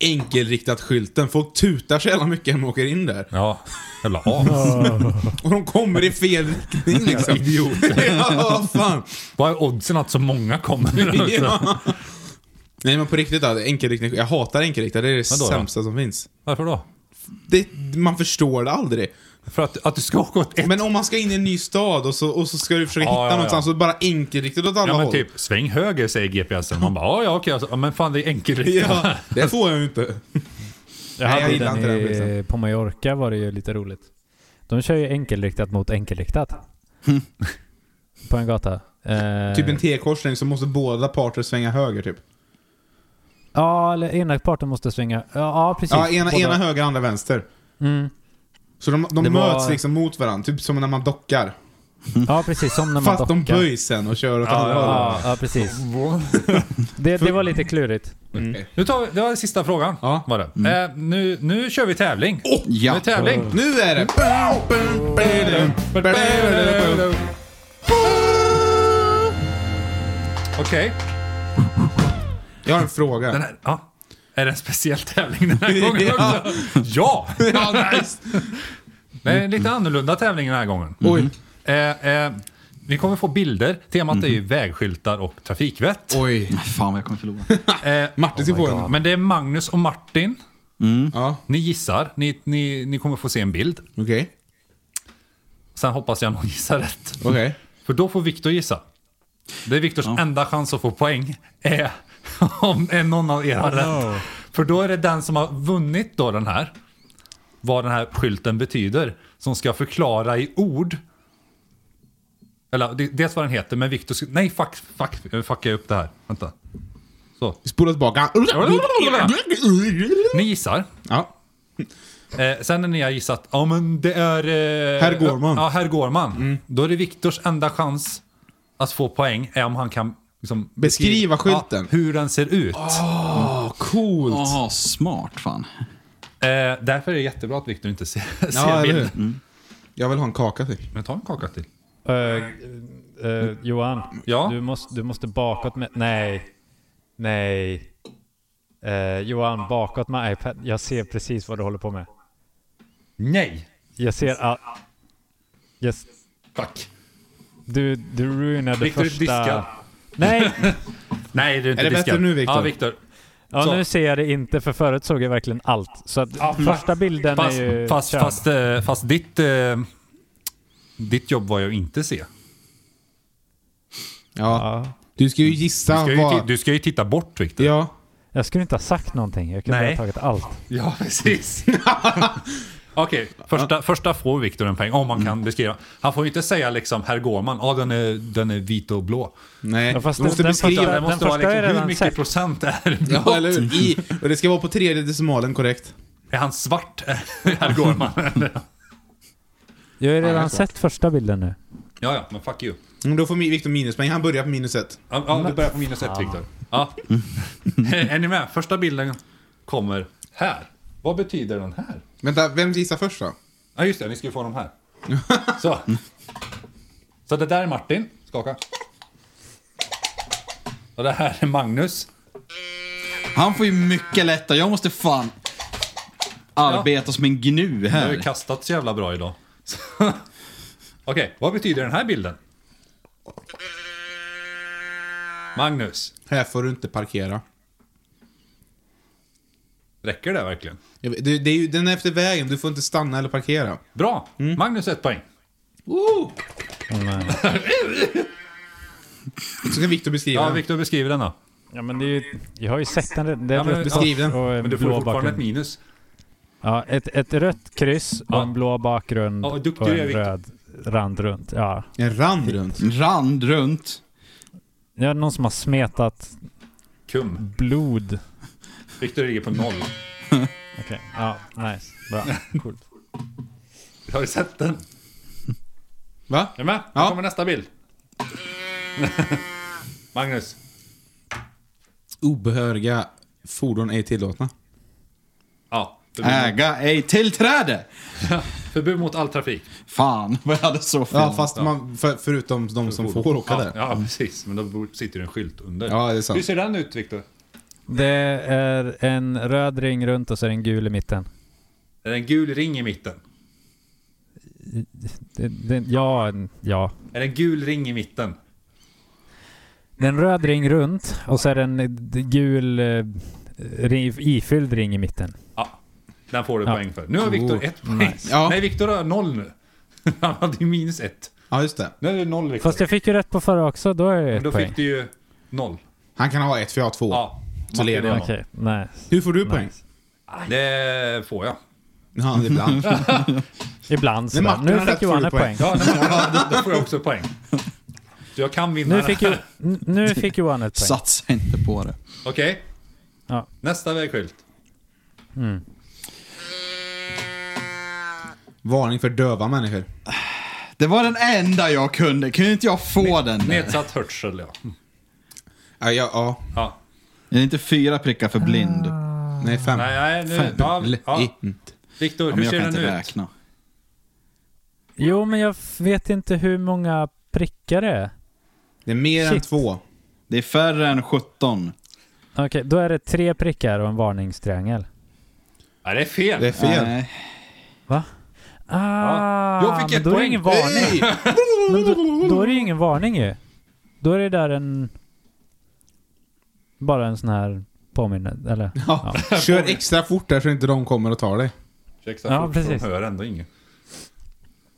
Speaker 1: Enkelriktat skylten. Folk tutar så jävla mycket när de åker in där.
Speaker 2: Ja, jävla as.
Speaker 1: Och de kommer i fel riktning liksom. Idioter. ja, vad fan.
Speaker 2: Vad är oddsen att så många kommer?
Speaker 1: Ja. Nej men på riktigt då, enkelriktning. Jag hatar enkelriktat, det är det
Speaker 2: Vadå då?
Speaker 1: sämsta som finns.
Speaker 2: Varför då?
Speaker 1: Det, man förstår det aldrig.
Speaker 2: För att, att du ska åka åt ett...
Speaker 1: Men om man ska in i en ny stad och så, och så ska du försöka
Speaker 2: Ja,
Speaker 1: hitta
Speaker 2: ja, ja.
Speaker 1: någonstans och bara enkelriktat åt alla
Speaker 2: Ja men
Speaker 1: håll.
Speaker 2: typ, sväng höger säger GPSen. Man bara, ja ja okej, alltså, ja, men fan det är enkelriktat.
Speaker 1: Ja, det får jag ju inte.
Speaker 4: jag
Speaker 1: Nej, jag
Speaker 4: hade
Speaker 1: gillar
Speaker 4: den
Speaker 1: inte den
Speaker 4: i,
Speaker 1: liksom.
Speaker 4: eh, På Mallorca var det ju lite roligt. De kör ju enkelriktat mot enkelriktat. på en gata. Eh,
Speaker 1: Hm. Typ en T-korsning så måste båda parter svänga höger typ.
Speaker 4: Ja, eller ena parten måste svänga. Ja, ja precis.
Speaker 1: Ja, ena,
Speaker 4: Typ Båda-
Speaker 1: ena höger, andra vänster.
Speaker 4: Mm.
Speaker 1: Så de, de
Speaker 4: Det var-
Speaker 1: möts liksom mot varandra, typ som när man dockar.
Speaker 4: Ja, precis. Som när man
Speaker 1: Fast de
Speaker 4: dockar.
Speaker 1: böjs sen och kör åt andra hållet.
Speaker 4: Ja, ja, precis. Det, det var lite klurigt.
Speaker 2: Nu tar vi, det var sista frågan.
Speaker 1: Ja. Mm.
Speaker 2: Var det. Eh, nu, nu kör vi tävling. Nu
Speaker 3: Ja.
Speaker 2: är tävling.
Speaker 1: Nu är det...
Speaker 2: Okej.
Speaker 1: Jag har en fråga.
Speaker 2: Den här, ja. Är det en speciell tävling den här gången
Speaker 1: Ja.
Speaker 2: också? Ja!
Speaker 1: Ja, nice.
Speaker 2: Det är en lite annorlunda tävling den här gången.
Speaker 1: Oj.
Speaker 2: Eh, eh, vi kommer få bilder. Temat är ju
Speaker 1: Mm.
Speaker 2: vägskyltar och trafikvett.
Speaker 1: Oj.
Speaker 3: Fan vad jag kommer förlora.
Speaker 2: Eh,
Speaker 1: Martin ska få en.
Speaker 2: men det är Magnus och Martin.
Speaker 1: Ja,
Speaker 2: Ni gissar. Ni, ni, ni kommer få se en bild.
Speaker 1: okej.
Speaker 2: Sen hoppas jag någon gissar rätt.
Speaker 1: Okej.
Speaker 2: För då får Viktor gissa. Det är Viktors enda chans att få poäng. Är om är någon av er har rätt. För då är det den som har vunnit då den här. Vad den här skylten betyder. Som ska förklara i ord. Eller det- dels vad den heter, men Viktor... ska- Nej, fuck, fuck, eh, fuckar jag upp det här. Vänta.
Speaker 1: Spola tillbaka.
Speaker 2: Ni gissar.
Speaker 1: Ja.
Speaker 2: Eh, sen när ni har gissat, ja men det är... Eh,
Speaker 1: Herr Mm. Gårdman.
Speaker 2: Ja, herr Gårdman. Då är det Viktors enda chans att få poäng är om han kan liksom,
Speaker 1: Beskriva skylten.
Speaker 2: Ja, hur den ser ut.
Speaker 1: Coolt.
Speaker 3: Jaha, smart fan.
Speaker 2: Eh, därför är det jättebra att Viktor inte ser, ser
Speaker 1: Ja, eller
Speaker 2: bilden.
Speaker 1: hur?
Speaker 4: Mm.
Speaker 1: Jag vill ha en kaka till.
Speaker 2: Men ta en kaka till.
Speaker 4: Eh, eh, Johan,
Speaker 2: Ja?
Speaker 4: du, måste, du måste bakåt med... Nej. Nej. Eh, Johan, bakåt med iPad. Jag ser precis vad du håller på med.
Speaker 2: Nej!
Speaker 4: Jag ser all... Yes.
Speaker 2: Fuck.
Speaker 4: Du, du ruinade
Speaker 2: Viktor är
Speaker 4: första...
Speaker 2: diskad.
Speaker 4: Nej!
Speaker 2: Nej, du är inte
Speaker 1: Är det bättre
Speaker 2: diskad.
Speaker 1: nu, Viktor?
Speaker 2: Ja, Viktor.
Speaker 4: Ja,
Speaker 2: Så.
Speaker 4: nu ser jag det inte, för förut såg jag verkligen allt. Så att
Speaker 2: Ja,
Speaker 4: första bilden
Speaker 2: Fast,
Speaker 4: är ju...
Speaker 2: fast,
Speaker 4: körd.
Speaker 2: fast, eh, fast ditt, eh, ditt jobb var ju att inte se.
Speaker 1: Ja. Du ska ju gissa
Speaker 2: Du ska ju, ti-
Speaker 1: Ah, vad...
Speaker 2: du ska ju titta bort Viktor.
Speaker 1: Ja.
Speaker 4: Jag skulle inte ha sagt någonting. Jag kunde
Speaker 2: Nej.
Speaker 4: ha tagit allt.
Speaker 2: Ja, precis. Okej, första, första får Viktor en poäng, om man kan beskriva. Han får ju inte säga liksom, herr Gårdman, ja den är, den är vit och blå.
Speaker 1: Nej.
Speaker 4: Ja, fast
Speaker 1: du måste
Speaker 4: den- den
Speaker 1: beskriva.
Speaker 4: första-
Speaker 2: det måste
Speaker 4: den
Speaker 2: vara
Speaker 4: första är
Speaker 2: liksom, hur
Speaker 4: redan
Speaker 2: mycket
Speaker 4: sagt.
Speaker 2: procent är blå?
Speaker 1: Ja, eller hur? I, och det ska vara på tredje decimalen korrekt.
Speaker 2: Är han svart, herr Gårdman?
Speaker 4: Jag har ju
Speaker 1: det
Speaker 4: redan
Speaker 1: är klart.
Speaker 4: sett första bilden nu.
Speaker 2: ja, ja, men fuck you.
Speaker 1: Mm, Då får Mi- Viktor minuspoäng. Han börjar på minus ett.
Speaker 2: Ja, ja, du börjar på minus ett, Viktor. Ja. är ni med? Första bilden kommer här. Vad betyder den här?
Speaker 1: Vänta, vem gissar först då?
Speaker 2: Ja, just det, ni ska ju få de här. Så. Så det där är Martin. Skaka. Och det här är Magnus.
Speaker 3: Han får ju mycket lättare. Jag måste fan arbeta som en gnu
Speaker 2: Jag har ju
Speaker 3: här.
Speaker 2: kastat så jävla bra idag. Så- Okej, vad betyder den här bilden? Magnus,
Speaker 1: Här får du inte parkera.
Speaker 2: räcker det verkligen?
Speaker 1: Jag vet- Det, det är ju, den är efter vägen. Du får inte stanna eller parkera.
Speaker 2: Bra! Magnus ett poäng.
Speaker 1: Så kan Viktor beskriva
Speaker 2: Ja,
Speaker 1: den.
Speaker 2: Viktor beskriver den då.
Speaker 4: Ja, men det är ju... Jag har ju sett den redan. Det är
Speaker 2: Ja,
Speaker 4: ett
Speaker 2: men-
Speaker 4: rött
Speaker 1: beskriv den.
Speaker 4: kors och en
Speaker 2: Men du får
Speaker 4: blå
Speaker 2: fortfarande ett
Speaker 4: bakgrund.
Speaker 2: minus.
Speaker 4: Ja, ett, ett rött kryss och
Speaker 2: Ja.
Speaker 4: en blå bakgrund
Speaker 2: Ja, och duktig
Speaker 4: och
Speaker 2: du är,
Speaker 4: en
Speaker 2: Viktor.
Speaker 4: röd rand runt. Ja.
Speaker 1: En rand runt.
Speaker 3: Rand runt.
Speaker 4: Det är någon som har smetat
Speaker 2: Kum.
Speaker 4: blod.
Speaker 2: Viktor ligger på noll.
Speaker 4: Okej, ja, nice. Bra, coolt.
Speaker 2: Har du sett den?
Speaker 1: Va?
Speaker 2: Är du med?
Speaker 1: Ja.
Speaker 2: Nu kommer nästa bild. Magnus.
Speaker 1: Obehöriga fordon är tillåtna.
Speaker 2: Ja. Förbud,
Speaker 1: Äh.
Speaker 3: Äga ej tillträde.
Speaker 2: förbud mot all trafik.
Speaker 3: Fan, vad jag hade så fel.
Speaker 1: Ja, fast man, för, förutom de som får åka
Speaker 2: ja,
Speaker 1: där.
Speaker 2: Ja, precis. Men då bor- sitter det en skylt under.
Speaker 1: Ja, det är sant.
Speaker 2: Hur ser den ut, Viktor?
Speaker 4: Det är en röd ring runt och så är det en gul i mitten.
Speaker 2: Är det en gul ring i mitten?
Speaker 4: Det, det, ja, en- ja.
Speaker 2: Är det en gul ring i mitten?
Speaker 4: Det är en röd ring runt och så är det en eh, d- gul eh, ring, ifylld ring i mitten.
Speaker 2: Ja. Den får du
Speaker 4: Ja.
Speaker 2: poäng för. Nu har Viktor
Speaker 1: Oh,
Speaker 2: ett poäng.
Speaker 1: Ja.
Speaker 2: Nej, Viktor har noll nu. Han hade ju minus ett.
Speaker 1: Ja, just det.
Speaker 2: Nu är det noll, Viktor.
Speaker 4: Fast jag fick ju rätt på förra också, då är jag
Speaker 2: Men
Speaker 4: ett
Speaker 2: Då
Speaker 4: poäng.
Speaker 2: fick du ju noll.
Speaker 1: Han kan ha ett, för jag har två.
Speaker 2: Ja.
Speaker 1: Så leder
Speaker 2: Martin har
Speaker 1: jag.
Speaker 2: noll.
Speaker 4: Okej, nice.
Speaker 1: Hur får du poäng?
Speaker 2: Det får jag.
Speaker 1: Ja, ibland.
Speaker 4: Ibland
Speaker 1: Men
Speaker 4: sådär.
Speaker 1: Martin
Speaker 4: Nu
Speaker 1: har rätt
Speaker 4: fick Johan
Speaker 1: full
Speaker 4: ett poäng.
Speaker 2: Ja, då- då får jag också poäng. Så jag kan vinna
Speaker 4: Nu
Speaker 2: den
Speaker 4: fick,
Speaker 2: här.
Speaker 4: ju, n- nu fick Johan ett poäng.
Speaker 3: Satsa inte på det.
Speaker 2: Okej.
Speaker 4: Ja.
Speaker 2: Nästa vägskylt.
Speaker 1: Varning för döva människor.
Speaker 3: Det var den enda jag kunde. Kunde inte jag få den? där?
Speaker 2: Nedsatt hörsel, ja.
Speaker 1: Ja, ja, ja.
Speaker 2: ja.
Speaker 3: Är det inte fyra prickar för blind?
Speaker 2: Ah.
Speaker 1: Nej, fem.
Speaker 2: Nej, nej, nu.
Speaker 3: Fem.
Speaker 2: Ja, ja.
Speaker 1: Inte.
Speaker 2: Viktor,
Speaker 3: Ja,
Speaker 2: hur
Speaker 3: men jag
Speaker 2: ser
Speaker 3: kan
Speaker 2: den
Speaker 3: inte
Speaker 2: ut?
Speaker 3: räkna.
Speaker 4: Jo, men jag f- vet inte hur många prickar det är.
Speaker 1: Det är mer än
Speaker 4: Shit.
Speaker 1: två.
Speaker 3: Det är färre än 17.
Speaker 4: Okej, då är det tre prickar och en varningstriangel.
Speaker 2: Ja, det är fel.
Speaker 1: Det är fel.
Speaker 3: Nej.
Speaker 4: Va? Ah,
Speaker 2: Jag fick
Speaker 4: men
Speaker 2: ett
Speaker 4: då är det
Speaker 2: poäng.
Speaker 4: ingen varning. Men då, då är det ju ingen varning ju. Då är det där en... Bara en sån här påminnelse, eller?
Speaker 1: Ja. Kör extra fort där så inte de kommer och tar dig.
Speaker 2: Ursäkta,
Speaker 4: Ja,
Speaker 2: ja, precis.
Speaker 4: precis.
Speaker 2: De hör ändå inget.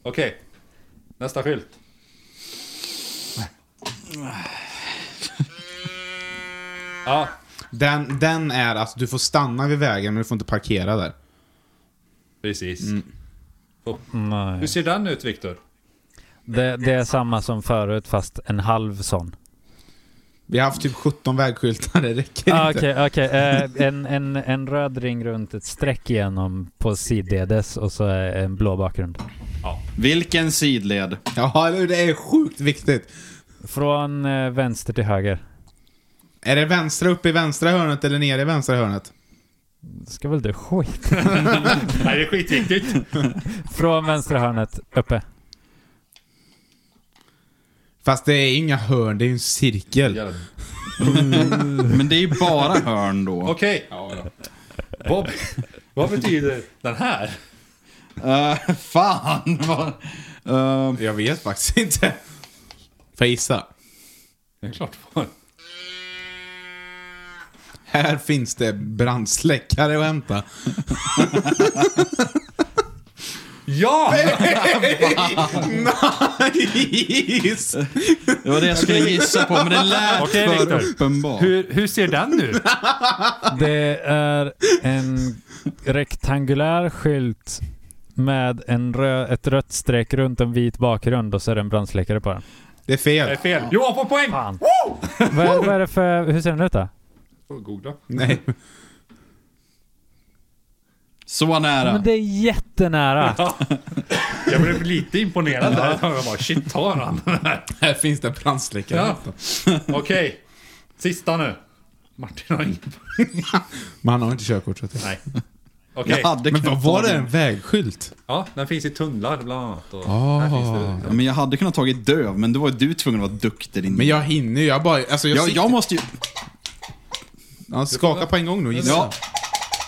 Speaker 2: Okej, nästa skylt. Ja,
Speaker 1: Den, den är att du får stanna vid vägen men du får inte parkera där.
Speaker 2: precis.
Speaker 3: Mm.
Speaker 2: Hur
Speaker 4: Nej.
Speaker 2: ser den ut, Viktor?
Speaker 4: Det, det är samma som förut, fast en halv sån.
Speaker 1: Vi har haft typ 17 vägskyltar, det räcker
Speaker 4: Ah,
Speaker 1: inte.
Speaker 4: Okej, okej. Eh, en, en, en röd ring runt ett streck igenom på sidledes och så är en blå bakgrund.
Speaker 3: Vilken sidled?
Speaker 1: Ja, eller hur? det är sjukt viktigt.
Speaker 4: Från eh, vänster till höger.
Speaker 1: Är det vänstra uppe i vänstra hörnet eller nere i vänstra hörnet?
Speaker 4: Ska väl du skit?
Speaker 2: Nej, det är skitviktigt.
Speaker 4: Från vänstra hörnet, uppe.
Speaker 1: Fast det är inga hörn, det är ju en cirkel.
Speaker 2: Jävlar.
Speaker 3: Men det är ju bara hörn då.
Speaker 2: Okej. Bob, vad betyder den här?
Speaker 3: Eh, fan! vad- Eh,
Speaker 1: Jag vet faktiskt inte. Får jag gissa?
Speaker 2: Det är klart vad.
Speaker 1: Här finns det brandsläckare att hämta.
Speaker 2: Ja!
Speaker 1: Nice!
Speaker 3: det var det jag skulle gissa på, men det lät
Speaker 2: Okej,
Speaker 3: för
Speaker 2: Viktor.
Speaker 3: uppenbart.
Speaker 2: Hur, hur ser den ut?
Speaker 4: Det är en rektangulär skylt med en rö- ett rött streck runt en vit bakgrund och så är det en brandsläckare på den.
Speaker 1: Det är
Speaker 2: Det är
Speaker 1: fel.
Speaker 2: fel. Johan får poäng!
Speaker 4: Fan. Vad är, vad är det för... Hur ser den ut då?
Speaker 2: Får Googla.
Speaker 1: Nej.
Speaker 3: Så nära.
Speaker 4: Men det är jättenära!
Speaker 2: Jag blev lite imponerad där. Jag bara, shit, tar han den här?
Speaker 1: Här finns det brandsläckare.
Speaker 2: Ja. Okej, sista nu. Martin har ingen poäng.
Speaker 1: Men han har inte körkort. Så att...
Speaker 2: Nej.
Speaker 3: Jag
Speaker 2: Okej.
Speaker 3: hade
Speaker 1: Men
Speaker 3: kunnat
Speaker 1: vad var
Speaker 3: ta
Speaker 1: det?
Speaker 3: den.
Speaker 1: En vägskylt?
Speaker 2: Ja, den finns i tunnlar bland annat. Och
Speaker 1: Ah.
Speaker 2: här finns det,
Speaker 3: Ja, Men jag hade kunnat tagit döv, men då var du tvungen att vara duktig din...
Speaker 1: Men jag hinner ju. Jag bara... Alltså jag,
Speaker 3: jag,
Speaker 1: sitter-
Speaker 3: jag måste ju...
Speaker 1: Ja, skaka på en gång nu gissar
Speaker 3: Ja,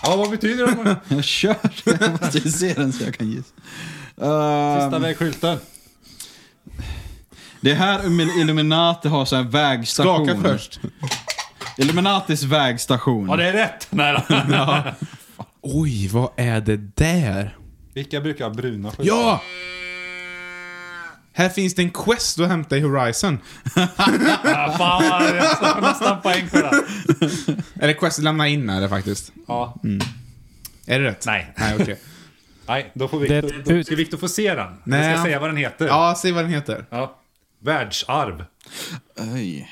Speaker 1: jag.
Speaker 2: ja, vad betyder den
Speaker 3: jag kör. Jag måste ju se den så jag kan gissa. Eh,
Speaker 1: Um.
Speaker 2: sista vägskylten?
Speaker 3: det här Ill- Illuminati har så här vägstation.
Speaker 1: Skaka först.
Speaker 3: Illuminatis vägstation.
Speaker 2: Ja, det är rätt! Nej, då.
Speaker 1: Oj, vad är det där?
Speaker 2: Vilka brukar ha bruna skyltar?
Speaker 1: Ja! Här finns det en quest att hämta i Horizon.
Speaker 2: Ja, Fan, vad- jag får nästan poäng för den.
Speaker 1: Eller quest att lämna in är det faktiskt.
Speaker 2: Ja.
Speaker 1: Är det rätt?
Speaker 2: Nej.
Speaker 1: Nej, okej.
Speaker 2: Nej, då får
Speaker 4: Det är
Speaker 2: Viktor...
Speaker 4: ett
Speaker 2: då
Speaker 4: ut-
Speaker 2: Ska Viktor få se den? Nej.
Speaker 1: Nej,
Speaker 2: Jag ska
Speaker 1: han-
Speaker 2: säga vad den heter.
Speaker 1: Ja, säg vad den heter.
Speaker 2: Ja. Världsarv.
Speaker 3: Oj.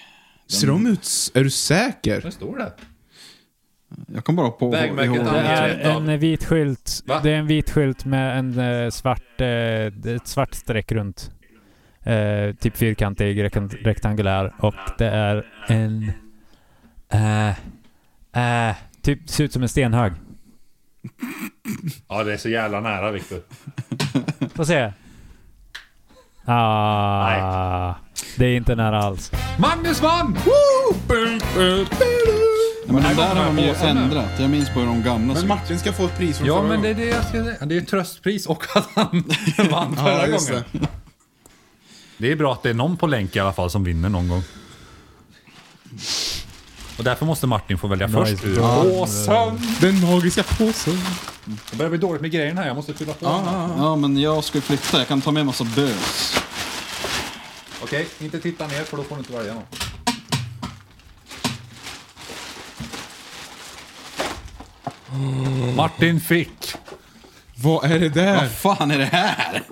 Speaker 1: Ser de ut... s- Är du säker?
Speaker 2: Vad står det?
Speaker 3: Jag kom bara på...
Speaker 2: Vägmärket
Speaker 3: ihåg-
Speaker 4: Det
Speaker 2: anger.
Speaker 4: är en vit skylt.
Speaker 2: Va?
Speaker 4: Det är en vit skylt med en eh, svart, eh, ett svart streck runt. Eh, typ fyrkantig, rekt- rektangulär. Och det är en... Eh, eh, typ ser ut som en stenhög.
Speaker 2: Ja, det är så jävla nära Viktor.
Speaker 4: Få se. Ah, det är inte nära alls.
Speaker 2: Magnus vann!
Speaker 3: Ja, men de
Speaker 2: Den här
Speaker 3: där har
Speaker 2: gången
Speaker 3: de ju
Speaker 2: har jag båsen.
Speaker 3: ändrat. Jag minns på hur de gamla
Speaker 1: Men
Speaker 3: såg ut.
Speaker 1: Martin ska få ett pris från
Speaker 2: Ja,
Speaker 1: förra
Speaker 2: men det är
Speaker 1: gången.
Speaker 2: det jag ska säga. Det är ju tröstpris och att han vann förra
Speaker 1: just
Speaker 2: gången. Det. är bra att det är någon på länk i alla fall som vinner någon gång. Och därför måste Martin få välja först ur påsen.
Speaker 1: Den magiska påsen.
Speaker 2: Det börjar bli dåligt med grejerna här, jag måste fylla på.
Speaker 3: Ja, men jag ska flytta. Jag kan ta med en massa bös.
Speaker 2: Okej, inte titta ner för då får du inte välja någon. Martin fick.
Speaker 1: Vad är det där?
Speaker 3: Vad fan är det här?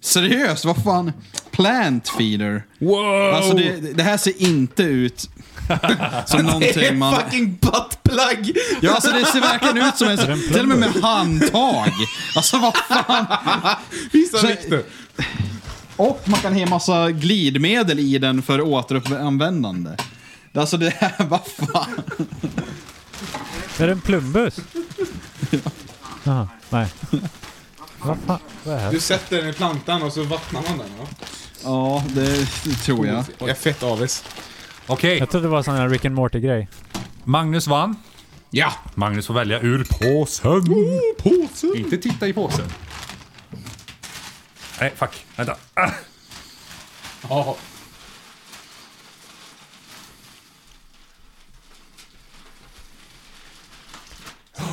Speaker 3: Seriöst, vad fan? Plant feeder.
Speaker 1: Wow!
Speaker 3: Alltså det, det här ser inte ut som någonting man...
Speaker 1: fucking buttplug!
Speaker 3: Ja, alltså det ser verkligen ut som en... Till och med med handtag. Alltså vad fan.
Speaker 1: Visa
Speaker 3: Så-
Speaker 1: Viktor.
Speaker 3: Och man kan ha en massa glidmedel i den för återanvändande. Alltså det här, vad fan.
Speaker 4: Är det en plumbus? Jaha, nej. Vad fan? Vad är det här?
Speaker 1: Du sätter den i plantan och så vattnar man den va?
Speaker 3: Ja, det tror jag.
Speaker 1: Jag är fett avis.
Speaker 2: Okej,
Speaker 4: Jag trodde det var sån här Rick and Morty-grej.
Speaker 2: Magnus vann.
Speaker 1: Ja!
Speaker 2: Magnus får välja ur påsen.
Speaker 1: Påse!
Speaker 2: Inte titta i påsen. Nej, fuck. Vänta. Ah.
Speaker 1: Ja.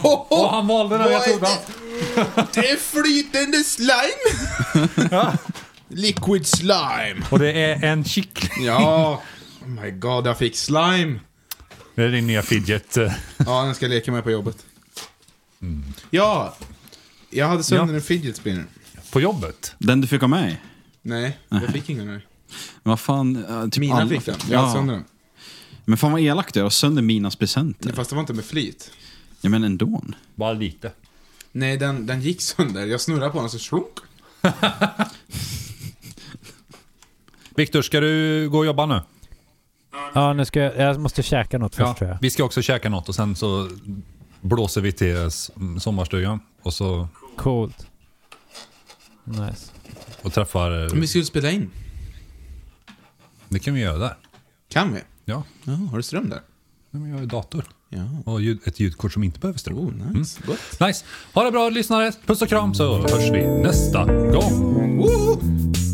Speaker 2: Åh, han valde den jag trodde han...
Speaker 1: Det är flytande slime! Liquid slime.
Speaker 2: Och det är en kyckling.
Speaker 1: Ja. Oh my god, jag fick slime.
Speaker 2: Det är din nya fidget. eh,
Speaker 1: Ja, den ska jag leka med på jobbet. Mm. Ja! Jag hade sönder en fidget spinner.
Speaker 2: På jobbet.
Speaker 3: Den du fick av mig?
Speaker 1: Nej, jag fick ingen. Nej.
Speaker 3: Vad fan? eh, Typ
Speaker 1: Mina
Speaker 3: alla-
Speaker 1: fick den. Jag hade sönder
Speaker 3: Ja.
Speaker 1: den.
Speaker 3: Men fan vad elakt du är. Jag har sönder Minas
Speaker 1: Nej,
Speaker 3: presenter.
Speaker 1: Fast det var inte med flit.
Speaker 3: Ja men ändå.
Speaker 2: Bara lite.
Speaker 1: Nej, den, den gick sönder. Jag snurrade på den så slunk.
Speaker 2: Viktor, ska du gå och jobba nu?
Speaker 4: Ja, nu ska jag... Jag måste käka något först tror jag.
Speaker 2: Vi ska också käka något och sen så blåser vi till eh, s- sommarstugan. Och så
Speaker 4: Coolt. Nice.
Speaker 2: och träffar... eh,
Speaker 1: skulle spela in.
Speaker 2: Det kan vi göra där.
Speaker 1: Kan vi?
Speaker 2: Ja.
Speaker 1: Ja, har du ström där?
Speaker 2: Nej, men Jag har ju dator.
Speaker 1: Ja.
Speaker 2: Och ljud, ett ljudkort som inte behöver Mm. ström.
Speaker 1: Oh, nice. Gott.
Speaker 2: Nice. Ha det bra lyssnare. Puss och kram så hörs vi nästa gång.
Speaker 1: Woho!